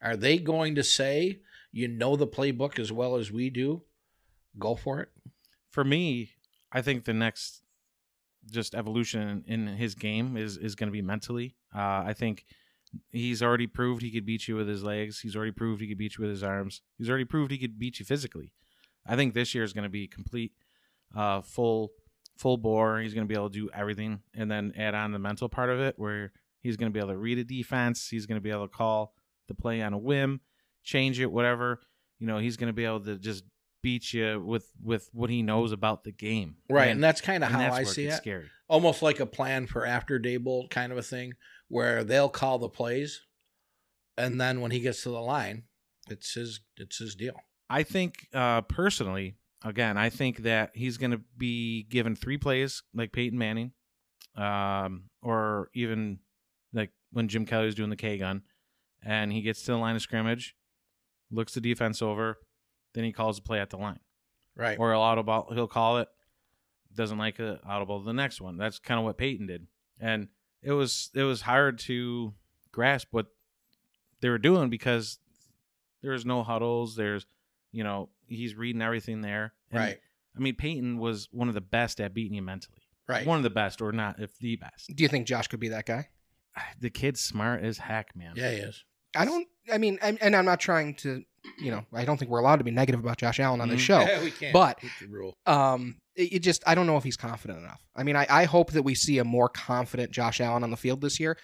Speaker 3: Are they going to say, you know the playbook as well as we do? Go for it.
Speaker 2: for me, I think the next just evolution in his game is is going to be mentally. Uh, I think he's already proved he could beat you with his legs. He's already proved he could beat you with his arms. He's already proved he could beat you physically. I think this year is going to be complete, uh, full full bore. He's going to be able to do everything, and then add on the mental part of it, where he's going to be able to read a defense. He's going to be able to call the play on a whim, change it, whatever. You know, he's going to be able to just beat you with with what he knows about the game.
Speaker 3: Right. And, that's kind of
Speaker 2: and
Speaker 3: how
Speaker 2: that's
Speaker 3: I
Speaker 2: where it
Speaker 3: see
Speaker 2: gets
Speaker 3: it.
Speaker 2: Scary.
Speaker 3: Almost like a plan for after Dable kind of a thing where they'll call the plays. And then when he gets to the line, it's his it's his deal.
Speaker 2: I think uh, personally, again, I think that he's going to be given three plays like Peyton Manning, um, or even like when Jim Kelly was doing the K gun, and he gets to the line of scrimmage, looks the defense over, then he calls the play at the line,
Speaker 3: Right.
Speaker 2: or he'll audible, he'll call it, doesn't like it, audible to the next one. That's kind of what Peyton did, and it was it was hard to grasp what they were doing because there's no huddles. There's, you know, he's reading everything there. And,
Speaker 3: right.
Speaker 2: I mean, Peyton was one of the best at beating you mentally.
Speaker 3: Right.
Speaker 2: One of the best, or not, if the best.
Speaker 1: Do you think Josh could be that guy?
Speaker 2: The kid's smart as heck, man.
Speaker 3: yeah, he is.
Speaker 1: I don't. I mean, and, and I'm not trying to. You know, I don't think we're allowed to be negative about Josh Allen on this
Speaker 2: Mhm.
Speaker 3: <laughs>
Speaker 1: show.
Speaker 3: we can't.
Speaker 1: but-
Speaker 3: Hit the rule.
Speaker 1: Um, it, it just I don't know if he's confident enough. I mean, I, I hope that we see a more confident Josh Allen on the field this year.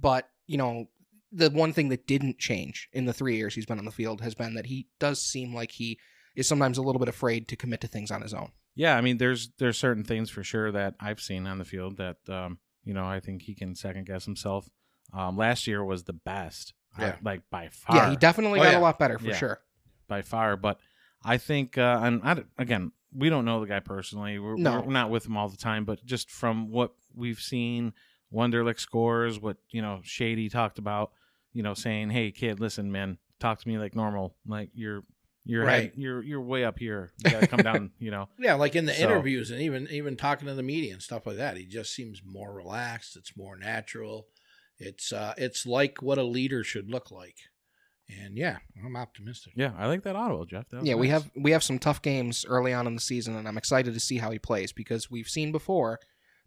Speaker 1: But you know, the one thing that didn't change in the three years he's been on the field has been that he does seem like he is sometimes a little bit afraid to commit to things on his own.
Speaker 2: Yeah, I mean, there's there's certain things for sure that I've seen on the field that um, You know, I think he can second guess himself. Um, last year was the best,
Speaker 3: Yeah.
Speaker 2: like by far.
Speaker 1: Yeah, he definitely
Speaker 3: Oh,
Speaker 1: got
Speaker 3: yeah.
Speaker 1: a lot better for
Speaker 2: Yeah.
Speaker 1: sure.
Speaker 2: by far. But I think, uh, and I, don't- again, we don't know the guy personally. We're,
Speaker 1: No.
Speaker 2: we're not with him all the time, but just from what we've seen, Wonderlick scores, what you know, Shady talked about, you know, saying, "Hey, kid, listen, man, talk to me like normal. Like you're, you're,
Speaker 3: Right.
Speaker 2: you're, you're way up here. You gotta come
Speaker 1: <laughs>
Speaker 2: down. You know,
Speaker 3: Yeah, like in the
Speaker 2: So-
Speaker 3: interviews and even even talking to the media and stuff like that. He just seems more relaxed. It's more natural. It's uh it's like what a leader should look like. And yeah, I'm optimistic.
Speaker 2: yeah, I like that Ottawa, Jeff. That was
Speaker 1: Yeah, we
Speaker 2: Oh, nice.
Speaker 1: have we have some tough games early on in the season, and I'm excited to see how he plays because we've seen before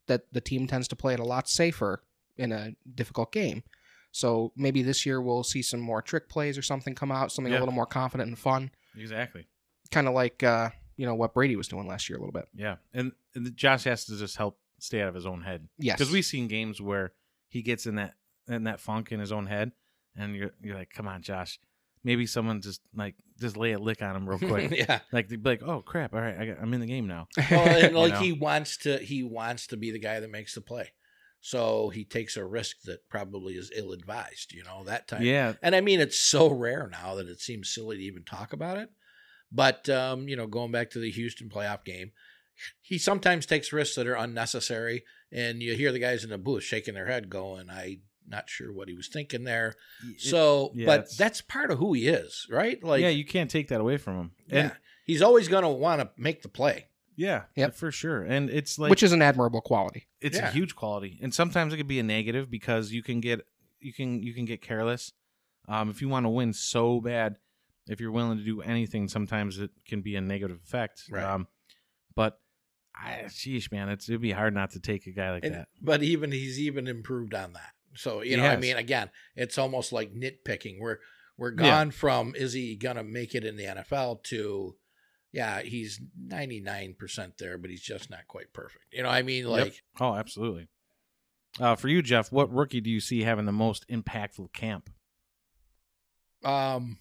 Speaker 1: that the team tends to play it a lot safer in a difficult game. So maybe this year we'll see some more trick plays or something come out, something
Speaker 2: Yeah.
Speaker 1: a little more confident and fun,
Speaker 2: exactly.
Speaker 1: kind of like uh, you know what Brady was doing last year a little bit.
Speaker 2: Yeah, and, and Josh has to just help stay out of his own head.
Speaker 1: Yes,
Speaker 2: because we've seen games where he gets in that in that funk in his own head, and you're you're like, come on, Josh, maybe someone just like just lay a lick on him
Speaker 3: <laughs>
Speaker 1: <laughs>
Speaker 2: real quick.
Speaker 3: yeah.
Speaker 2: like they'd be like, oh crap, all right, I got, I'm in the game now.
Speaker 3: <laughs> Well,
Speaker 2: <laughs>
Speaker 3: and like
Speaker 2: know?
Speaker 3: he wants to he wants to be the guy that makes the play. So he takes a risk that probably is ill advised, you know, that type.
Speaker 2: Yeah,
Speaker 3: And I mean it's so rare now that it seems silly to even talk about it. But um, you know, going back to the Houston playoff game, he sometimes takes risks that are unnecessary and you hear the guys in the booth shaking their head going, I not sure what he was thinking there. So
Speaker 2: yeah,
Speaker 3: but
Speaker 2: it's-
Speaker 3: that's part of who he is, right? Like
Speaker 2: yeah, you can't take that away from him.
Speaker 3: yeah,
Speaker 2: And,
Speaker 3: he's always gonna want to make the play.
Speaker 2: yeah,
Speaker 1: Yep.
Speaker 2: for sure. And it's like
Speaker 1: which is an admirable quality.
Speaker 2: it's
Speaker 3: Yeah.
Speaker 2: a huge quality and sometimes it could be a negative because you can get you can you can get careless um, if you want to win so bad if you're willing to do anything sometimes it can be a negative effect
Speaker 3: Right.
Speaker 2: um, but I, sheesh man it's it'd be hard not to take a guy like
Speaker 3: And-
Speaker 2: that
Speaker 3: But even he's even improved on that. So you
Speaker 2: He
Speaker 3: know, I
Speaker 2: has.
Speaker 3: mean, again, it's almost like nitpicking. We're we're
Speaker 2: Yeah.
Speaker 3: gone from is he gonna make it in the NFL to yeah, he's ninety nine percent there, but he's just not quite perfect. You know, what I mean,
Speaker 2: Yep.
Speaker 3: like
Speaker 2: oh absolutely uh, for you jeff what rookie do you see having the most impactful camp
Speaker 3: um,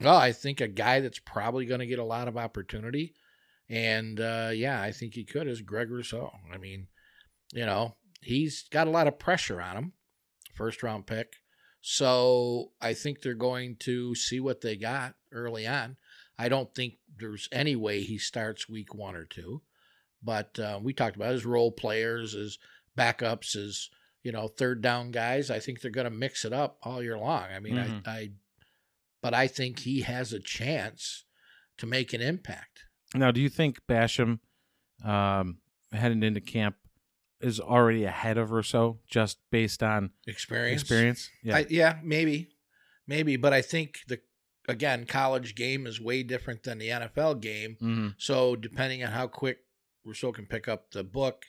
Speaker 3: well, I think a guy that's probably gonna get a lot of opportunity, and uh, yeah, I think he could is Greg Rousseau. I mean, you know, he's got a lot of pressure on him. first round pick. So I think they're going to see what they got early on. I don't think there's any way he starts week one or two, but uh, we talked about his role players, his backups, his you know third down guys. I think they're going to mix it up all year long. I mean,
Speaker 2: Mhm.
Speaker 3: I, I, but I think he has a chance to make an impact.
Speaker 2: now do you think basham um, heading into camp is already ahead of Rousseau just based on
Speaker 3: Experience,
Speaker 2: experience. Yeah,
Speaker 3: I, yeah, maybe, maybe. But I think the again college game is way different than the NFL game.
Speaker 2: mm-hmm.
Speaker 3: So depending on how quick Rousseau can pick up the book,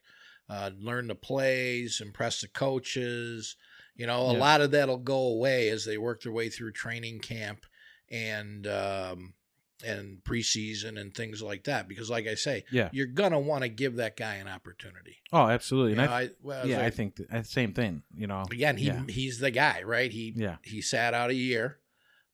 Speaker 3: uh, learn the plays, impress the coaches, you know, a
Speaker 2: Yeah.
Speaker 3: lot of that'll go away as they work their way through training camp and um, and preseason and things like that. Because, like I say,
Speaker 2: Yeah.
Speaker 3: you're gonna want to give that guy an opportunity.
Speaker 2: Oh, absolutely.
Speaker 3: You
Speaker 2: And
Speaker 3: know,
Speaker 2: I,
Speaker 3: I, well, I was
Speaker 2: yeah, I
Speaker 3: like-
Speaker 2: think the same thing. You know.
Speaker 3: again, he
Speaker 2: Yeah.
Speaker 3: he's the guy, right? He
Speaker 2: Yeah.
Speaker 3: he sat out a year,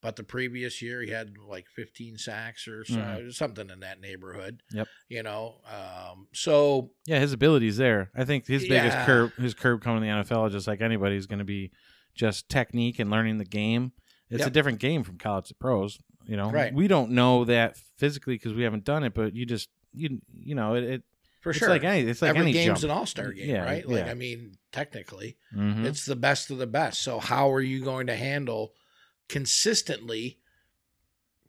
Speaker 3: but the previous year he had like 15 sacks or so,
Speaker 2: Mhm.
Speaker 3: something in that neighborhood.
Speaker 2: Yep.
Speaker 3: You know, um, so
Speaker 2: Yeah, his ability's there. I think his biggest
Speaker 3: Yeah.
Speaker 2: curb, his curb coming to the NFL, just like anybody, is going to be just technique and learning the game. It's a
Speaker 3: Yep.
Speaker 2: different game from college to pros. You know,
Speaker 3: Right.
Speaker 2: we don't know that physically because we haven't done it, but you just you you know it. it
Speaker 3: for
Speaker 2: it's
Speaker 3: sure,
Speaker 2: like any it's like
Speaker 3: every
Speaker 2: any
Speaker 3: game's
Speaker 2: jump.
Speaker 3: an All Star game,
Speaker 2: Yeah,
Speaker 3: right? Like
Speaker 2: yeah.
Speaker 3: I mean, technically,
Speaker 2: Mhm.
Speaker 3: it's the best of the best. So how are you going to handle consistently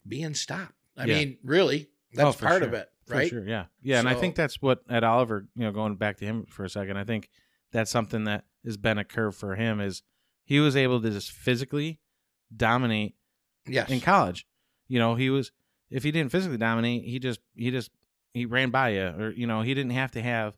Speaker 3: being stopped? I
Speaker 2: Yeah. Oh,
Speaker 3: mean, really, that's
Speaker 2: for
Speaker 3: part of
Speaker 2: sure.
Speaker 3: it,
Speaker 2: For
Speaker 3: right?
Speaker 2: sure, yeah, yeah, and I
Speaker 3: So-
Speaker 2: think that's what Ed Oliver, you know, going back to him for a second, I think that's something that has been a curve for him is he was able to just physically dominate
Speaker 3: Yes,
Speaker 2: in college. You know, he was if he didn't physically dominate, he just he just he ran by you, or you know, he didn't have to have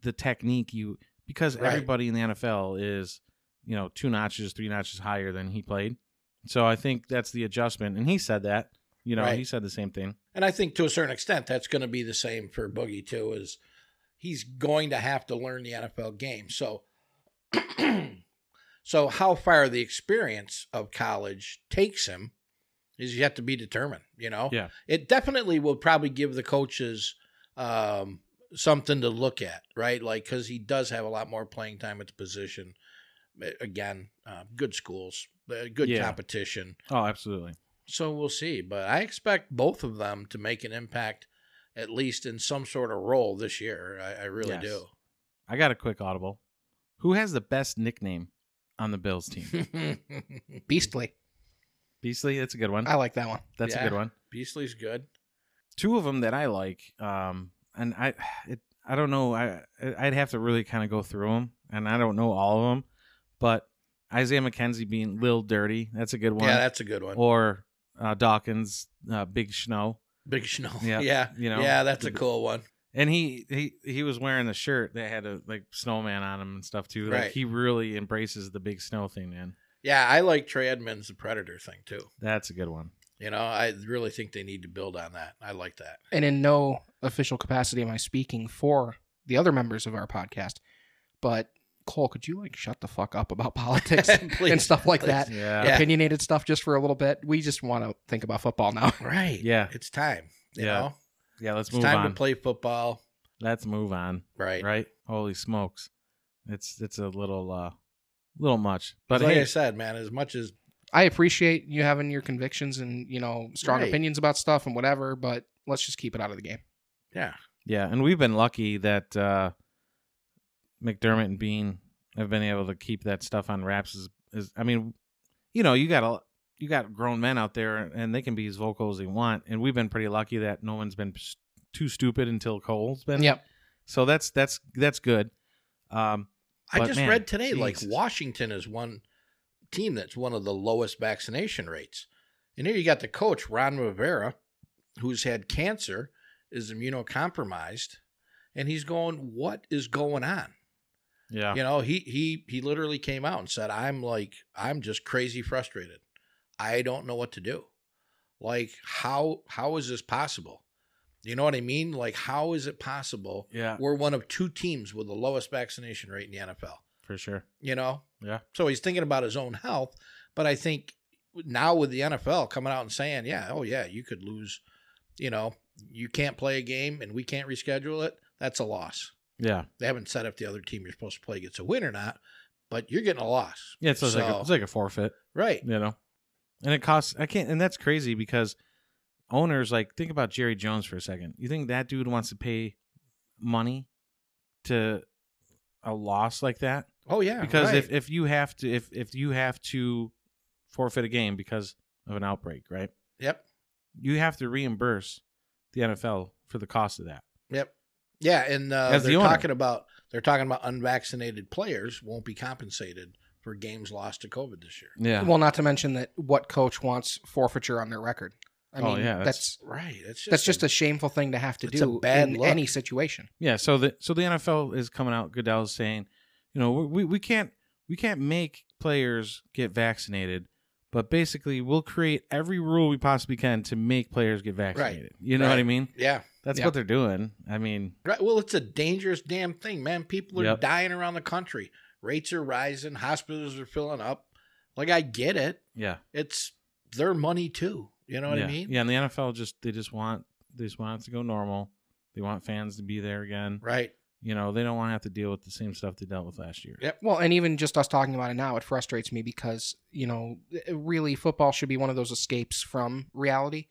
Speaker 2: the technique you because
Speaker 3: Right.
Speaker 2: everybody in the NFL is you know two notches, three notches higher than he played. So I think that's the adjustment, and he said that. You know,
Speaker 3: Right.
Speaker 2: he said the same thing.
Speaker 3: And I think to a certain extent that's going to be the same for Boogie too. Is he's going to have to learn the NFL game. So, <clears throat> so how far the experience of college takes him is yet to be determined. You know,
Speaker 2: Yeah.
Speaker 3: it definitely will probably give the coaches um, something to look at, right? Like because he does have a lot more playing time at the position. Uh, Again, uh, good schools, uh, good
Speaker 2: Yeah.
Speaker 3: competition.
Speaker 2: Oh, absolutely.
Speaker 3: So we'll see. But I expect both of them to make an impact, at least in some sort of role this year. I, I really
Speaker 2: Yes.
Speaker 3: do.
Speaker 2: I got a quick audible. Who has the best nickname on the Bills
Speaker 3: <laughs>
Speaker 2: team?
Speaker 1: Beastly.
Speaker 2: Beastly, that's a good one.
Speaker 1: I like that one.
Speaker 2: That's a
Speaker 3: Oh, Yeah.
Speaker 2: good one.
Speaker 3: Beasley's good.
Speaker 2: Two of them that I like, um, and I, <sighs> it, I don't know. I, I'd have to really kind of go through them, and I don't know all of them, but Isaiah McKenzie being Lil Dirty, that's a good one.
Speaker 3: Yeah, that's a good one.
Speaker 2: or uh, Dawkins, uh, Big Snow.
Speaker 3: Big Schnell.
Speaker 2: Yeah,
Speaker 3: Yeah. <laughs> Yeah.
Speaker 2: you know,
Speaker 3: that's a
Speaker 2: the-
Speaker 3: cool one.
Speaker 2: and he he he was wearing the shirt that had a like snowman on him and stuff too. Like
Speaker 3: Right.
Speaker 2: he really embraces the big snow thing, man.
Speaker 3: Yeah, I like Trey Edmonds, the Predator thing too.
Speaker 2: That's a good one.
Speaker 3: You know, I really think they need to build on that. I like that.
Speaker 1: And in no official capacity am I speaking for the other members of our podcast, but Cole, could you like shut the fuck up about <laughs>
Speaker 3: <laughs>
Speaker 1: politics
Speaker 3: Please,
Speaker 1: and stuff like
Speaker 3: please.
Speaker 1: that?
Speaker 2: <laughs> Yeah,
Speaker 3: Yeah.
Speaker 1: Opinionated stuff just for a little bit. We just want to think about football now. <laughs>
Speaker 3: Right.
Speaker 2: Yeah.
Speaker 3: It's time. You
Speaker 2: Yeah.
Speaker 3: know,
Speaker 2: yeah. Let's
Speaker 3: it's
Speaker 2: move
Speaker 3: time
Speaker 2: on.
Speaker 3: to play football.
Speaker 2: Let's move on.
Speaker 3: Right. right.
Speaker 2: Right? Holy smokes, it's it's a little uh little much, but
Speaker 3: like
Speaker 2: hey,
Speaker 3: I said, man, as much as
Speaker 1: I appreciate you having your convictions and, you know, strong
Speaker 3: Right.
Speaker 1: opinions about stuff and whatever, but let's just keep it out of the game.
Speaker 3: yeah,
Speaker 2: yeah, and we've been lucky that uh McDermott and Bean have been able to keep that stuff on wraps. Is, is I mean, you know, you got a you got grown men out there, and they can be as vocal as they want. And we've been pretty lucky that no one's been s- too stupid until Cole's been.
Speaker 1: Yep.
Speaker 2: So that's that's that's good. Um,
Speaker 3: I
Speaker 2: But,
Speaker 3: just
Speaker 2: man,
Speaker 3: read today like
Speaker 2: Jesus.
Speaker 3: Washington is one team that's one of the lowest vaccination rates. And here you got the coach Ron Rivera, who's had cancer, is immunocompromised, and he's going, "What is going on?"
Speaker 2: yeah,
Speaker 3: You know, he he he literally came out and said, "I'm like I'm just crazy frustrated. I don't know what to do. Like how how is this possible? You know what I mean? Like how is it possible?
Speaker 2: yeah,
Speaker 3: We're one of two teams with the lowest vaccination rate in the NFL."
Speaker 2: for sure.
Speaker 3: you know?
Speaker 2: Yeah.
Speaker 3: So he's thinking about his own health. But I think now with the NFL coming out and saying, yeah, oh, yeah, you could lose, you know, you can't play a game and we can't reschedule it, that's a loss.
Speaker 2: Yeah,
Speaker 3: They haven't said if the other team you're supposed to play gets a win or not, but you're getting a loss.
Speaker 2: yeah. So it's like a, it's like a forfeit.
Speaker 3: right.
Speaker 2: you know and it costs i can't and that's crazy because owners like think about jerry jones for a second you think that dude wants to pay money to a loss like that
Speaker 3: Oh, yeah.
Speaker 2: because if,
Speaker 3: right.
Speaker 2: if you have to if if you have to forfeit a game because of an outbreak right
Speaker 3: yep.
Speaker 2: you have to reimburse the nfl for the cost of that
Speaker 3: Yep. Yeah, and uh,
Speaker 2: As the
Speaker 3: they're
Speaker 2: owner.
Speaker 3: talking about they're talking about unvaccinated players won't be compensated for games lost to COVID this year.
Speaker 2: yeah
Speaker 1: Well, not to mention that what coach wants forfeiture on their record. I
Speaker 2: Oh,
Speaker 1: mean,
Speaker 2: yeah,
Speaker 1: that's
Speaker 2: that's-
Speaker 3: Right. That's just
Speaker 1: that's just a shameful thing to have to
Speaker 3: It's a
Speaker 1: do
Speaker 3: bad
Speaker 1: in
Speaker 3: look.
Speaker 1: any situation.
Speaker 2: Yeah, so the so the NFL is coming out. Goodell's saying, you know, we we can't we can't make players get vaccinated, but basically we'll create every rule we possibly can to make players get vaccinated. You know what I
Speaker 3: Right.
Speaker 2: mean?
Speaker 3: yeah.
Speaker 2: That's
Speaker 1: Yeah.
Speaker 2: what they're doing. I mean,
Speaker 3: Right. Well, it's a dangerous damn thing, man. People are
Speaker 2: Yep.
Speaker 3: dying around the country. Rates are rising. Hospitals are filling up. Like I get it.
Speaker 2: yeah,
Speaker 3: It's their money too. You know what
Speaker 2: yeah.
Speaker 3: I mean?
Speaker 2: Yeah, and the NFL just they just want they just want it to go normal. They want fans to be there again.
Speaker 3: Right.
Speaker 2: You know, they don't want to have to deal with the same stuff they dealt with last year.
Speaker 3: Yep.
Speaker 1: Well, and even just us talking about it now, it frustrates me because you know, eh, really, football should be one of those escapes from reality.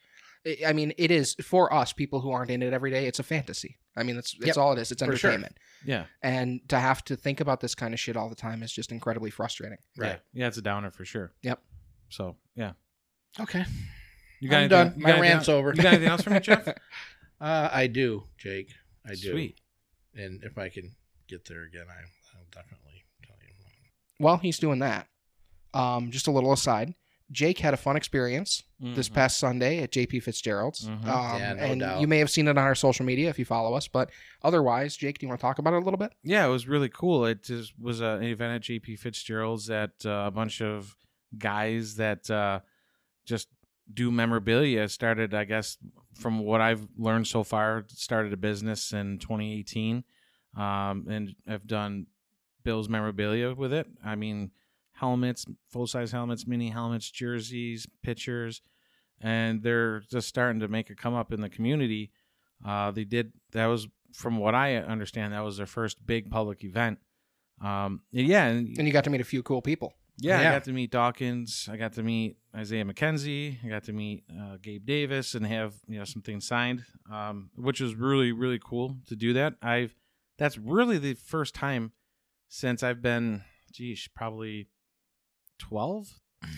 Speaker 1: I- I mean, it is for us people who aren't in it every day. It's a fantasy. I mean, that's that's
Speaker 3: Yep.
Speaker 1: all it is. It's
Speaker 3: For sure.
Speaker 1: entertainment,
Speaker 2: Yeah,
Speaker 1: and to have to think about this kind of shit all the time is just incredibly frustrating.
Speaker 2: Yeah.
Speaker 3: Right.
Speaker 2: yeah, it's a downer for sure.
Speaker 1: Yep.
Speaker 2: So yeah,
Speaker 3: Okay.
Speaker 2: you
Speaker 3: I'm
Speaker 2: anything-
Speaker 3: done.
Speaker 2: you
Speaker 3: My
Speaker 2: anything
Speaker 3: rant's
Speaker 2: else-
Speaker 3: over.
Speaker 2: You got anything else for me, Jeff?
Speaker 3: <laughs> Uh, I do, Jake. I do.
Speaker 2: Sweet.
Speaker 3: And if I can get there again, I, I'll definitely tell you.
Speaker 1: While he's doing that, um, just a little aside. Jake had a fun experience this
Speaker 2: Mhm.
Speaker 1: past Sunday at JP Fitzgerald's.
Speaker 2: Mhm.
Speaker 1: Um,
Speaker 3: Mm-hmm. Yeah, no
Speaker 1: and
Speaker 3: doubt.
Speaker 1: you may have seen it on our social media if you follow us. But otherwise, Jake, do you want to talk about it a little bit?
Speaker 2: Yeah, it was really cool. It just was uh, an event at JP Fitzgerald's that uh, a bunch of guys that uh, just do memorabilia started, I guess, from what I've learned so far, started a business in 2018 um, and have done Bill's memorabilia with it. I mean, helmets, full size helmets, mini helmets, jerseys, pictures, and they're just starting to make a come up in the community. Uh, they did that was from what I understand, that was their first big public event. Um, and yeah, and,
Speaker 1: And you got to meet a few cool people.
Speaker 2: yeah,
Speaker 3: Yeah.
Speaker 2: I got to meet Dawkins. I got to meet Isaiah McKenzie. I got to meet uh, Gabe Davis and have you know some things signed, um, which was really really cool to do that. I've that's really the first time since I've been, geez, probably twelve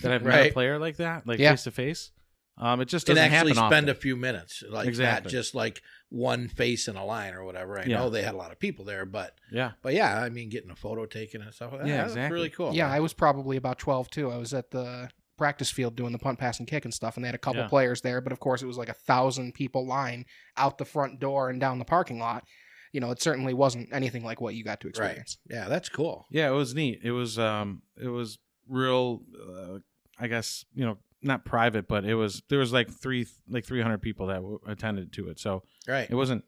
Speaker 2: that I've met
Speaker 3: Right.
Speaker 2: a player like that, like
Speaker 1: Yeah.
Speaker 2: face to face. Um, it just
Speaker 3: and
Speaker 2: doesn't
Speaker 3: actually
Speaker 2: happen
Speaker 3: spend
Speaker 2: often.
Speaker 3: a few minutes like
Speaker 2: Exactly.
Speaker 3: not just like one face in a line or whatever. I
Speaker 2: Yeah.
Speaker 3: know they had a lot of people there, but
Speaker 2: yeah,
Speaker 3: but yeah, I mean, getting a photo taken and stuff. Like that,
Speaker 2: Yeah,
Speaker 3: that's
Speaker 2: exactly.
Speaker 3: really cool.
Speaker 1: Yeah, I was probably about 12 too. I was at the practice field doing the punt, pass, and kick and stuff, and they had a couple
Speaker 2: Yeah.
Speaker 1: players there. But of course, it was like a thousand people line out the front door and down the parking lot. You know, it certainly wasn't anything like what you got to experience.
Speaker 3: yeah, that's cool.
Speaker 2: Yeah, it was neat. It was um it was real uh, I guess, you know, not private, but it was there was like 3 like 300 people that w- attended to it. So,
Speaker 3: Right.
Speaker 2: it wasn't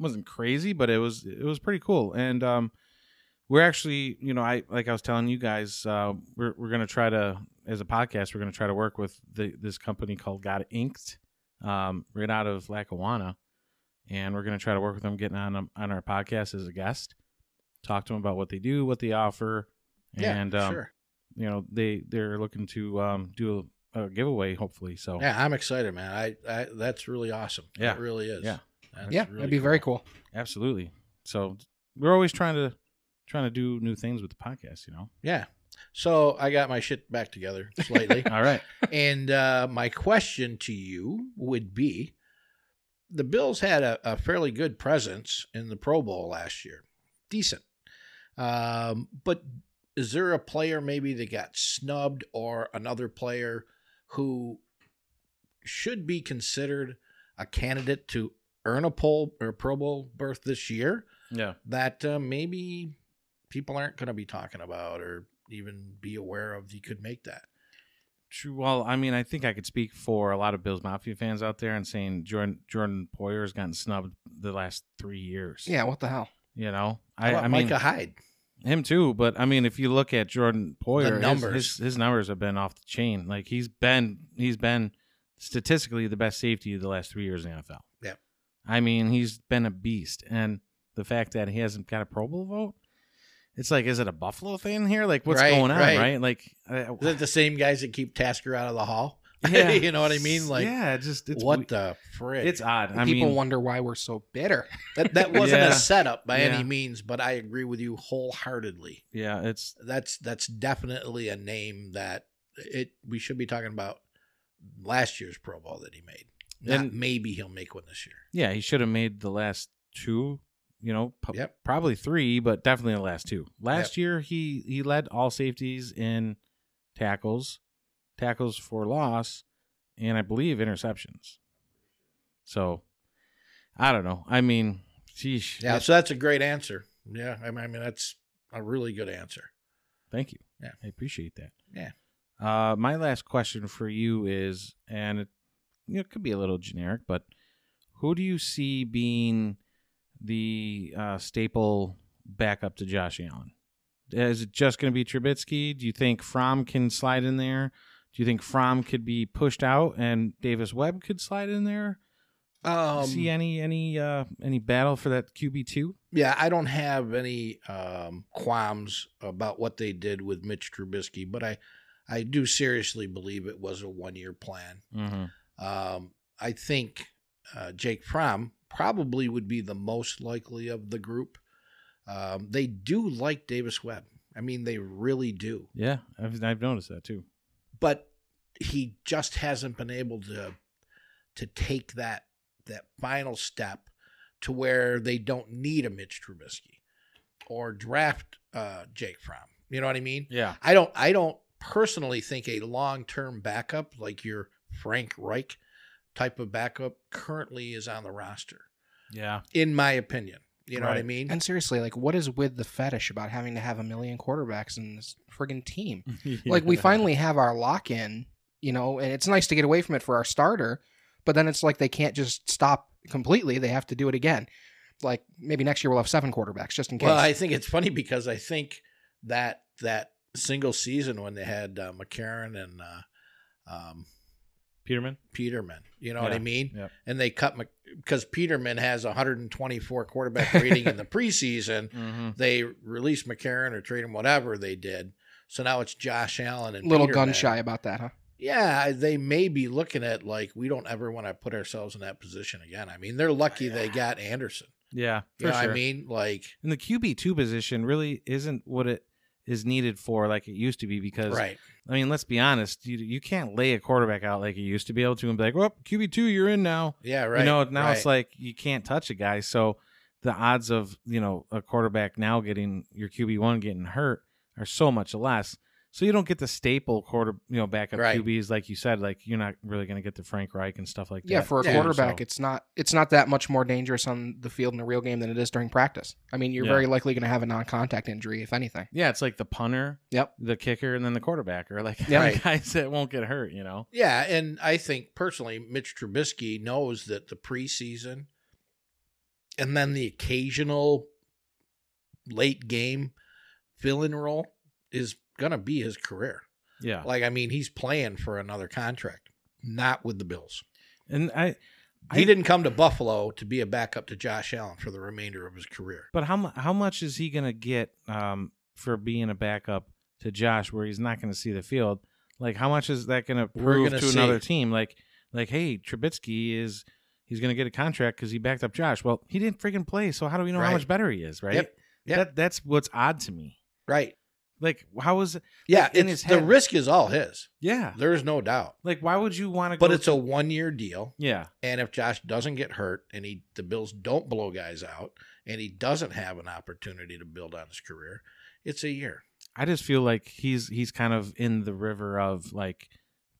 Speaker 2: wasn't crazy, but it was it was pretty cool. And um we're actually, you know, I like I was telling you guys, uh we're we're going to try to as a podcast, we're going to try to work with the, this company called Got Inked um right out of Lackawanna. And we're going to try to work with them getting on on our podcast as a guest. Talk to them about what they do, what they offer,
Speaker 3: yeah,
Speaker 2: and um,
Speaker 3: sure.
Speaker 2: you know they they're looking to um, do a, a giveaway hopefully. So
Speaker 3: Yeah, I'm excited, man. I, I that's really awesome.
Speaker 2: Yeah.
Speaker 3: It really is.
Speaker 2: Yeah.
Speaker 3: That's
Speaker 1: yeah,
Speaker 3: really
Speaker 1: it'd be very cool.
Speaker 2: absolutely. So we're always trying to trying to do new things with the podcast. You know.
Speaker 3: Yeah. So I got my shit back together slightly.
Speaker 2: All right.
Speaker 3: and uh, my question to you would be the Bills had a, a fairly good presence in the Pro Bowl last year. Decent. Um, but is there a player maybe that got snubbed or another player who should be considered a candidate to earn a poll or Pro Bowl berth this year?
Speaker 2: Yeah.
Speaker 3: that uh, maybe people aren't going to be talking about or even be aware of you could make that.
Speaker 2: True. Well, I mean, I think I could speak for a lot of Bills Mafia fans out there and saying Jordan Jordan Poyer has gotten snubbed the last three years.
Speaker 1: Yeah, what the hell?
Speaker 2: You know,
Speaker 3: How
Speaker 2: I,
Speaker 3: about
Speaker 2: I mean
Speaker 3: Micah Hyde.
Speaker 2: him too, but I mean, if you look at Jordan Poyer, his-
Speaker 3: numbers.
Speaker 2: his, his numbers have been off the chain. Like he's been he's been statistically the best safety the last three years in the NFL.
Speaker 3: Yep.
Speaker 2: I mean, he's been a beast, and the fact that he hasn't got a Pro Bowl vote, it's like, is it a Buffalo thing here? Like, what's
Speaker 3: Right,
Speaker 2: going on?
Speaker 3: right.
Speaker 2: Right? Like, I-
Speaker 3: <laughs> Is it the same guys that keep Tasker out of the hall? <laughs> you know what I mean? Like,
Speaker 2: yeah, it just it's
Speaker 3: what
Speaker 2: we-
Speaker 3: the frick?
Speaker 2: it's odd. I
Speaker 1: people
Speaker 2: mean,
Speaker 1: wonder why we're so bitter.
Speaker 2: <laughs>
Speaker 3: that, that wasn't
Speaker 2: Yeah.
Speaker 3: a setup by any
Speaker 2: Yeah.
Speaker 3: means, but I agree with you wholeheartedly.
Speaker 2: yeah, it's
Speaker 3: That's that's definitely a name that it we should be talking about last year's Pro Bowl that he made. Not
Speaker 2: And-
Speaker 3: maybe he'll make one this year.
Speaker 2: yeah, he should have made the last two. You know, po-
Speaker 3: Yep.
Speaker 2: probably three, but definitely the last two. Last year, he he led all safeties in tackles, tackles for loss, and I believe interceptions. So, I don't know. I mean, sheesh.
Speaker 3: Yeah, so that's a great answer. Yeah, I mean, I mean that's a really good answer.
Speaker 2: Thank you.
Speaker 3: Yeah.
Speaker 2: I appreciate that.
Speaker 3: Yeah.
Speaker 2: Uh, my last question for you is, and it, you know, it could be a little generic, but who do you see being the uh, staple backup to Josh Allen? Is it just going to be Trubisky? Do you think Fromm can slide in there? Do you think Fromm could be pushed out and Davis Webb could slide in there?
Speaker 3: Um,
Speaker 2: see any any uh, any battle for that QB two?
Speaker 3: yeah, I don't have any um, qualms about what they did with Mitch Trubisky, but I, I do seriously believe it was a one-year plan.
Speaker 2: Mm-hmm.
Speaker 3: Um, I think uh, Jake Fromm probably would be the most likely of the group. Um, they do like Davis Webb. I mean, they really do.
Speaker 2: Yeah, I've, I've noticed that too.
Speaker 3: but he just hasn't been able to to take that that final step to where they don't need a Mitch Trubisky or draft uh, Jake Fromm. You know what I mean?
Speaker 2: Yeah,
Speaker 3: I don't I don't personally think a long term backup like your Frank Reich type of backup currently is on the roster,
Speaker 2: <laughs> yeah,
Speaker 3: in my opinion. You know what I
Speaker 2: Right.
Speaker 3: mean?
Speaker 1: And seriously, like, what is with the fetish about having to have a million quarterbacks in this friggin' team? Like,
Speaker 2: <laughs>
Speaker 1: we finally have our lock in, you know, and it's nice to get away from it for our starter, but then it's like they can't just stop completely. They have to do it again. Like, maybe next year we'll have seven quarterbacks just in case.
Speaker 3: Well, I think it's funny because I think that that single season when they had uh, McCarron and uh, um,
Speaker 2: Peterman.
Speaker 3: Peterman, you know what
Speaker 2: Yeah,
Speaker 3: I mean?
Speaker 2: yeah.
Speaker 3: And they cut Mc- because Peterman has 124 quarterback rating
Speaker 2: <laughs>
Speaker 3: in the preseason,
Speaker 2: Mm-hmm.
Speaker 3: they released McCarron or trade him, whatever they did. So now it's Josh Allen and
Speaker 1: little
Speaker 3: Peterman.
Speaker 1: gun shy about that, huh?
Speaker 3: Yeah, they may be looking at like we don't ever want to put ourselves in that position again. I mean, they're lucky they got Anderson.
Speaker 2: Yeah,
Speaker 3: You know what I mean? Like
Speaker 2: And the QB two position really isn't what it is needed for like it used to be because
Speaker 3: right.
Speaker 2: I mean, let's be honest, you you can't lay a quarterback out like you used to be able to and be like, well, QB two, you're in now.
Speaker 3: Yeah, right.
Speaker 2: You know, now it's
Speaker 3: right.
Speaker 2: like you can't touch a guy. So the odds of, you know, a quarterback now getting your QB one getting hurt are so much less. So you don't get the staple quarter, you know, backup
Speaker 3: Right.
Speaker 2: QBs like you said. Like you're not really going to get the Frank Reich and stuff like that.
Speaker 1: Yeah, for a
Speaker 3: Yeah.
Speaker 1: quarterback,
Speaker 2: So-
Speaker 1: it's not it's not that much more dangerous on the field in a real game than it is during practice. I mean, you're
Speaker 2: Yeah.
Speaker 1: very likely going to have a non-contact injury, if anything.
Speaker 2: yeah, it's like the punter,
Speaker 1: Yep.
Speaker 2: the kicker, and then the quarterback are like <laughs>
Speaker 1: Yeah.
Speaker 3: Right.
Speaker 2: guys that won't get hurt. You know,
Speaker 3: Yeah, and I think personally, Mitch Trubisky knows that the preseason and then the occasional late game fill in role is gonna be his career.
Speaker 2: yeah.
Speaker 3: Like, I mean, he's playing for another contract, not with the Bills.
Speaker 2: And I,
Speaker 3: He
Speaker 2: I-
Speaker 3: didn't come to Buffalo to be a backup to Josh Allen for the remainder of his career.
Speaker 2: But how mu- how much is he going to get um, for being a backup to Josh, where he's not going to see the field? Like, how much is that going to
Speaker 3: We're
Speaker 2: prove
Speaker 3: gonna
Speaker 2: to
Speaker 3: see.
Speaker 2: another team? Like, like, hey, Trubisky is he's going to get a contract because he backed up Josh. Well, he didn't freaking play, so how do we know
Speaker 3: Right.
Speaker 2: how much better he is? Right.
Speaker 3: Yep. Yep.
Speaker 2: That that's what's odd to me.
Speaker 3: Right.
Speaker 2: Like, how is it?
Speaker 3: Yeah.
Speaker 2: in
Speaker 3: it's-
Speaker 2: his
Speaker 3: The
Speaker 2: head.
Speaker 3: risk is all his.
Speaker 2: Yeah.
Speaker 3: There's no doubt.
Speaker 2: Like, why would you want to?
Speaker 3: But it's a one year deal.
Speaker 2: yeah.
Speaker 3: And if Josh doesn't get hurt and he the Bills don't blow guys out and he doesn't have an opportunity to build on his career, it's a year.
Speaker 2: I just feel like he's he's kind of in the river of like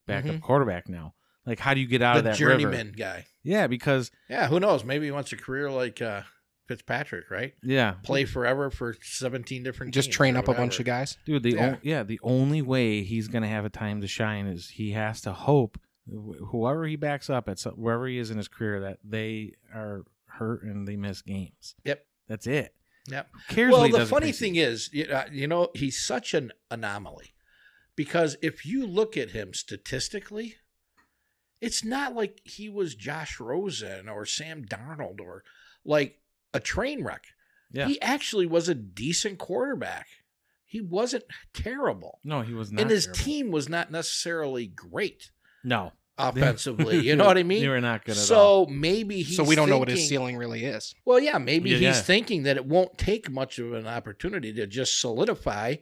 Speaker 2: backup
Speaker 3: Mhm.
Speaker 2: quarterback now. Like, how do you get out of
Speaker 3: the
Speaker 2: that
Speaker 3: journeyman
Speaker 2: river?
Speaker 3: guy.
Speaker 2: Yeah, because
Speaker 3: Yeah, who knows? Maybe he wants a career like uh, Fitzpatrick, right?
Speaker 2: yeah,
Speaker 3: Play forever for 17 different
Speaker 1: Hmm. Just
Speaker 3: teams
Speaker 1: train
Speaker 3: or
Speaker 1: up a bunch
Speaker 3: whatever.
Speaker 1: of guys.
Speaker 2: Dude, the
Speaker 3: Yeah.
Speaker 2: yeah. yeah, the only way he's gonna have a time to shine is he has to hope wh- whoever he backs up at so- wherever he is in his career that they are hurt and they miss games.
Speaker 3: Yep.
Speaker 2: that's it.
Speaker 3: Yep.
Speaker 2: Who cares
Speaker 3: well,
Speaker 2: what he
Speaker 3: the
Speaker 2: does in
Speaker 3: funny
Speaker 2: preseason?
Speaker 3: thing is, you uh, you know, he's such an anomaly because if you look at him statistically, it's not like he was Josh Rosen or Sam Darnold or like a train wreck.
Speaker 2: yeah,
Speaker 3: He actually was a decent quarterback. He wasn't terrible.
Speaker 2: no, he was not.
Speaker 3: and his
Speaker 2: terrible.
Speaker 3: team was not
Speaker 2: <laughs>
Speaker 3: necessarily great
Speaker 2: no,
Speaker 3: offensively.
Speaker 2: <laughs>
Speaker 3: you know what I
Speaker 2: They
Speaker 3: mean?
Speaker 2: were not good at all.
Speaker 3: So maybe he's
Speaker 1: so we don't know what his
Speaker 3: thinking-
Speaker 1: ceiling really is.
Speaker 3: well, yeah, maybe
Speaker 2: Yeah,
Speaker 3: he's
Speaker 2: yeah.
Speaker 3: thinking that it won't take much of an opportunity to just solidify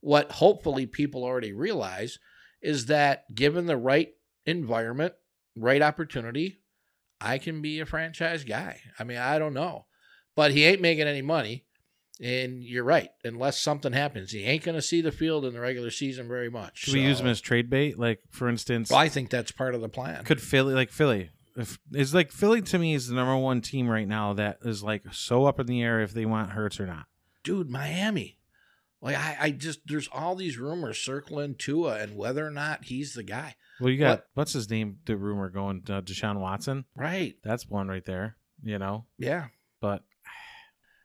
Speaker 3: what hopefully people already realize is that given the right environment, right opportunity, I can be a franchise guy. I mean, I don't know. But he ain't making any money. And you're right. Unless something happens, he ain't going to see the field in the regular season very much.
Speaker 2: Should we use
Speaker 3: So-
Speaker 2: him as trade bait? Like for instance,
Speaker 3: Well, I think that's part of the plan.
Speaker 2: could Philly like Philly? If it's like Philly to me is the number one team right now that is like so up in the air if they want Hurts or not.
Speaker 3: dude, Miami. Like I, I just there's all these rumors circling Tua and whether or not he's the guy.
Speaker 2: Well, you got what's his name? The rumor going uh, Deshaun Watson.
Speaker 3: Right.
Speaker 2: That's one right there, you know.
Speaker 3: Yeah.
Speaker 2: But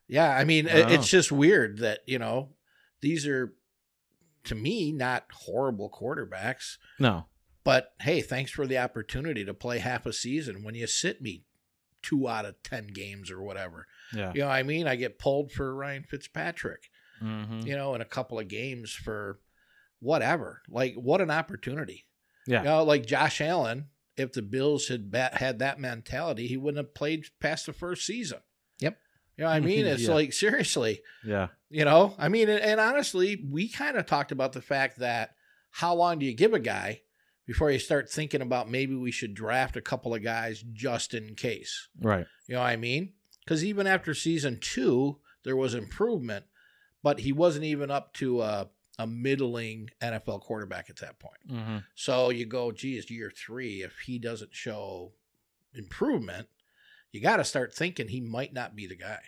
Speaker 3: Yeah. I mean,
Speaker 2: I
Speaker 3: it-
Speaker 2: don't
Speaker 3: it's
Speaker 2: know.
Speaker 3: just weird that, you know, these are to me not horrible quarterbacks,
Speaker 2: no,
Speaker 3: but hey, thanks for the opportunity to play half a season when you sit me two out of ten games or whatever.
Speaker 2: yeah,
Speaker 3: You know what I mean? I get pulled for Ryan Fitzpatrick.
Speaker 2: Mhm.
Speaker 3: you know, in a couple of games for whatever. Like, what an opportunity.
Speaker 2: Yeah.
Speaker 3: You know, like Josh Allen, if the Bills had bat, had that mentality, he wouldn't have played past the first season.
Speaker 1: Yep.
Speaker 3: You know what I
Speaker 2: <laughs>
Speaker 3: mean? It's
Speaker 2: Yeah.
Speaker 3: like, seriously,
Speaker 2: yeah,
Speaker 3: you know, I mean, and, and honestly, we kind of talked about the fact that how long do you give a guy before you start thinking about maybe we should draft a couple of guys just in case?
Speaker 2: right.
Speaker 3: You know what I mean? Because even after season two, there was improvement, but he wasn't even up to a, a middling NFL quarterback at that point.
Speaker 2: Mm-hmm.
Speaker 3: So you go, geez, year three, if he doesn't show improvement, you got to start thinking he might not be the guy.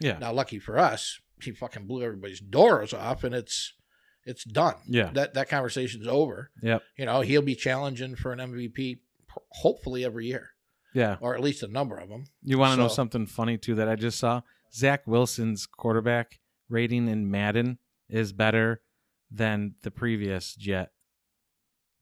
Speaker 2: Yeah,
Speaker 3: Now, lucky for us, he fucking blew everybody's doors off, and it's it's done.
Speaker 2: Yeah.
Speaker 3: that that conversation's over.
Speaker 2: Yep.
Speaker 3: You know, he'll be challenging for an MVP pro- hopefully every year,
Speaker 2: yeah.
Speaker 3: or at least a number of them.
Speaker 2: You want to know
Speaker 3: So-
Speaker 2: something funny too that I just saw? Zach Wilson's quarterback rating in Madden is better than the previous Jet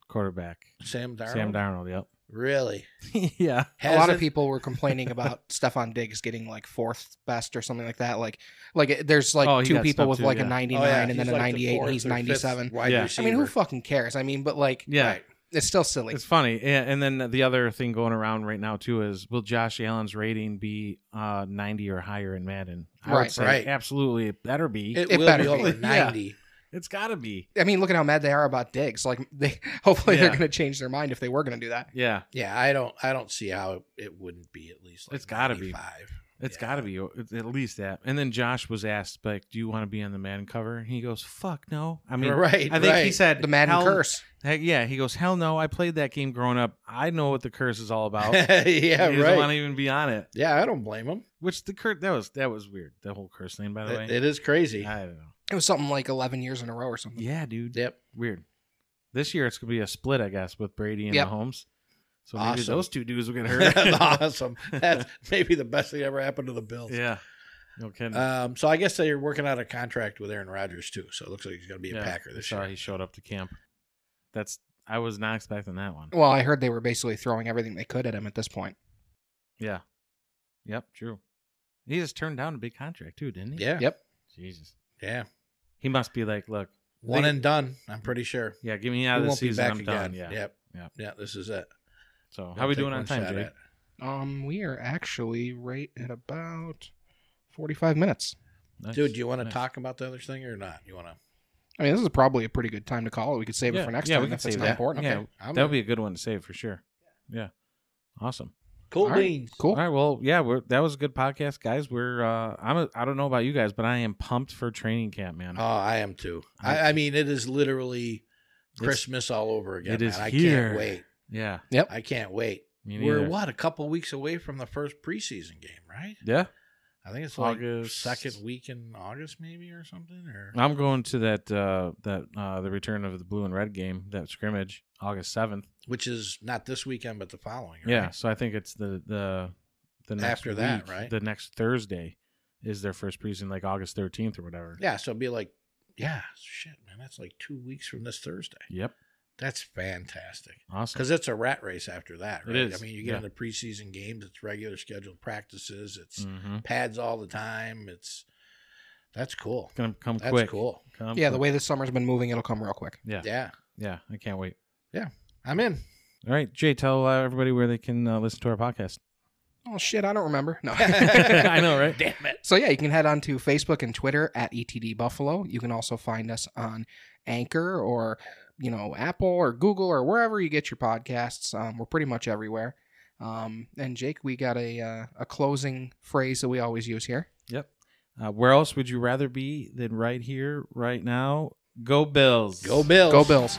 Speaker 2: quarterback
Speaker 3: Sam Darnold.
Speaker 2: Sam Darnold. Yep,
Speaker 3: Really?
Speaker 2: <laughs> yeah.
Speaker 1: a lot
Speaker 3: Hasn't-
Speaker 1: of people were complaining
Speaker 2: <laughs>
Speaker 1: about Stefan Diggs getting like fourth best or something like that. Like, like it- there's like
Speaker 2: Oh,
Speaker 1: two
Speaker 2: he got
Speaker 1: people
Speaker 2: snubbed
Speaker 1: with
Speaker 2: too,
Speaker 1: like
Speaker 2: yeah.
Speaker 1: a 99
Speaker 3: Oh, yeah,
Speaker 1: and
Speaker 3: he's
Speaker 1: then a
Speaker 3: like the
Speaker 1: 98 and
Speaker 3: fourth
Speaker 1: he's
Speaker 3: or fifth
Speaker 1: 97.
Speaker 3: Wide
Speaker 2: Yeah.
Speaker 1: I mean, who
Speaker 3: receiver.
Speaker 1: fucking cares? I mean, but like
Speaker 2: Yeah.
Speaker 3: Right.
Speaker 1: it's still silly.
Speaker 2: It's funny. Yeah, and then the other thing going around right now too is will Josh Allen's rating be uh 90 or higher in Madden? I would
Speaker 1: Right.
Speaker 2: say
Speaker 3: Right.
Speaker 2: absolutely it better be. It,
Speaker 3: It,
Speaker 1: it
Speaker 3: will
Speaker 1: better
Speaker 3: be
Speaker 1: be.
Speaker 3: over <laughs>
Speaker 2: Yeah.
Speaker 3: 90.
Speaker 2: has got to be.
Speaker 1: I mean, look at how mad they are about Diggs. Like, they <laughs> hopefully they're
Speaker 2: Yeah.
Speaker 1: going to change their mind if they were going to do that.
Speaker 2: Yeah.
Speaker 3: Yeah, I don't I don't see how it, it wouldn't be at least like
Speaker 2: It's gotta be.
Speaker 3: 95.
Speaker 2: it's
Speaker 3: Yeah.
Speaker 2: got to be o- at- at least that. And then Josh was asked like, "Do you want to be on the Madden cover?" And he goes, "Fuck no." I mean,
Speaker 3: <laughs> right.
Speaker 2: I think
Speaker 3: right.
Speaker 2: he said
Speaker 1: The Madden
Speaker 2: "Hell-
Speaker 1: curse.
Speaker 2: Heck, yeah, he goes, "Hell no. I played that game growing up. I know what the curse is
Speaker 3: <laughs>
Speaker 2: all about."
Speaker 3: yeah,
Speaker 2: he doesn't
Speaker 3: right.
Speaker 2: want to even be on it.
Speaker 3: Yeah, I don't blame him.
Speaker 2: Which the curse that was that was weird. The whole curse thing, by the way.
Speaker 3: It- it is crazy.
Speaker 2: I don't know.
Speaker 1: It was something like 11 years in a row or something.
Speaker 2: Yeah, dude.
Speaker 3: Yep.
Speaker 2: <laughs>
Speaker 3: <laughs>
Speaker 2: Weird. This year it's gonna be a split, I guess, with Brady and
Speaker 1: Yep.
Speaker 2: Mahomes. So maybe
Speaker 3: Awesome.
Speaker 2: those two dudes will
Speaker 3: <laughs>
Speaker 2: get hurt.
Speaker 3: That's awesome. That's maybe the best thing that ever happened to the
Speaker 2: <laughs>
Speaker 3: Bills.
Speaker 2: yeah. No kidding.
Speaker 3: Um, so I guess they're working out a contract with Aaron Rodgers too. So it looks like he's going to be a
Speaker 2: Yeah,
Speaker 3: Packer this
Speaker 2: Sorry,
Speaker 3: year.
Speaker 2: he showed up to camp. That's I was not expecting that
Speaker 3: Oh.
Speaker 2: one.
Speaker 1: Well, I heard they were basically throwing everything they could at him at this point.
Speaker 2: Yeah. Yep. True. He just turned down a big contract too, didn't he?
Speaker 3: Yeah,
Speaker 1: Yep.
Speaker 2: Jesus.
Speaker 3: yeah,
Speaker 2: He must be like, look,
Speaker 3: one
Speaker 2: They-
Speaker 3: and done. I'm pretty sure
Speaker 2: yeah, give me out
Speaker 3: he
Speaker 2: of the
Speaker 3: won't
Speaker 2: season.
Speaker 3: be back
Speaker 2: I'm
Speaker 3: again.
Speaker 2: done. Yeah.
Speaker 3: Yep,
Speaker 2: Yep.
Speaker 3: yeah. This is it.
Speaker 2: So
Speaker 3: Don't
Speaker 2: how we
Speaker 3: take
Speaker 2: doing on
Speaker 3: one
Speaker 2: time,
Speaker 3: shot
Speaker 2: Jake?
Speaker 3: at it.
Speaker 1: Um, we are actually right at about 45 minutes.
Speaker 2: Nice,
Speaker 3: Dude, do you want to
Speaker 2: nice.
Speaker 3: talk about the other thing or not? You want to?
Speaker 1: I mean, this is probably a pretty good time to call it. We could save
Speaker 2: Yeah,
Speaker 1: it for next
Speaker 2: yeah, we
Speaker 1: time
Speaker 2: could
Speaker 1: if it's
Speaker 2: save
Speaker 1: not
Speaker 2: that.
Speaker 1: important.
Speaker 2: Yeah,
Speaker 1: Okay.
Speaker 3: I'm
Speaker 2: That would be a good one to save for sure. Yeah. Awesome.
Speaker 3: cool
Speaker 1: all right.
Speaker 3: beans.
Speaker 1: Cool.
Speaker 2: All right. Well, yeah, we're, that was a good podcast, guys. We're uh, I'm a, I don't know about you guys, but I am pumped for training camp, man.
Speaker 3: Oh, I am too.
Speaker 2: I-
Speaker 3: I, I mean, it is literally
Speaker 2: It's-
Speaker 3: Christmas all over again.
Speaker 2: it is
Speaker 3: man. I
Speaker 2: here.
Speaker 3: can't wait.
Speaker 2: yeah.
Speaker 3: I can't wait.
Speaker 2: Me
Speaker 3: We're
Speaker 2: neither.
Speaker 3: what a couple weeks away from the first preseason game, right?
Speaker 2: Yeah.
Speaker 3: I think it's like
Speaker 2: August.
Speaker 3: second week in August, maybe or something. Or
Speaker 2: I'm going to that uh, that uh, the return of the blue and red game that scrimmage August seventh.
Speaker 3: which is not this weekend, but the following.
Speaker 2: Yeah.
Speaker 3: right?
Speaker 2: So I think it's the the the next
Speaker 3: After that,
Speaker 2: week,
Speaker 3: right?
Speaker 2: The next Thursday is their first preseason, like August thirteenth or whatever.
Speaker 3: Yeah. So it'd be like, yeah, shit, man. That's like two weeks from this Thursday.
Speaker 2: Yep.
Speaker 3: That's fantastic.
Speaker 2: Awesome.
Speaker 3: Because it's a rat race after that,
Speaker 2: It
Speaker 3: right?
Speaker 2: is,
Speaker 3: I mean, you get
Speaker 2: yeah.
Speaker 3: into preseason games, it's regular scheduled practices, it's
Speaker 2: hmm
Speaker 3: pads all the time. It's that's cool.
Speaker 2: Gonna come
Speaker 3: That's
Speaker 2: quick.
Speaker 3: cool.
Speaker 2: Come
Speaker 1: Yeah, the
Speaker 2: quick.
Speaker 1: way this summer's been moving, it'll come real quick.
Speaker 2: Yeah. yeah.
Speaker 3: Yeah.
Speaker 2: I can't wait.
Speaker 3: I'm in.
Speaker 2: All right, Jay, tell uh, everybody where they can uh, listen to our podcast.
Speaker 1: Oh shit, I don't remember. No.
Speaker 2: <laughs> <laughs> I know, right?
Speaker 3: <laughs> Damn it.
Speaker 1: so yeah, you can head on to Facebook and Twitter at ETD Buffalo. You can also find us on Anchor or you know Apple or Google or wherever you get your podcasts. Um, we're pretty much everywhere. Um, and Jake, we got a uh, a closing phrase that we always use here.
Speaker 2: Uh, where else would you rather be than right here, right now? Go Bills.
Speaker 3: Go Bills.
Speaker 1: Go Bills.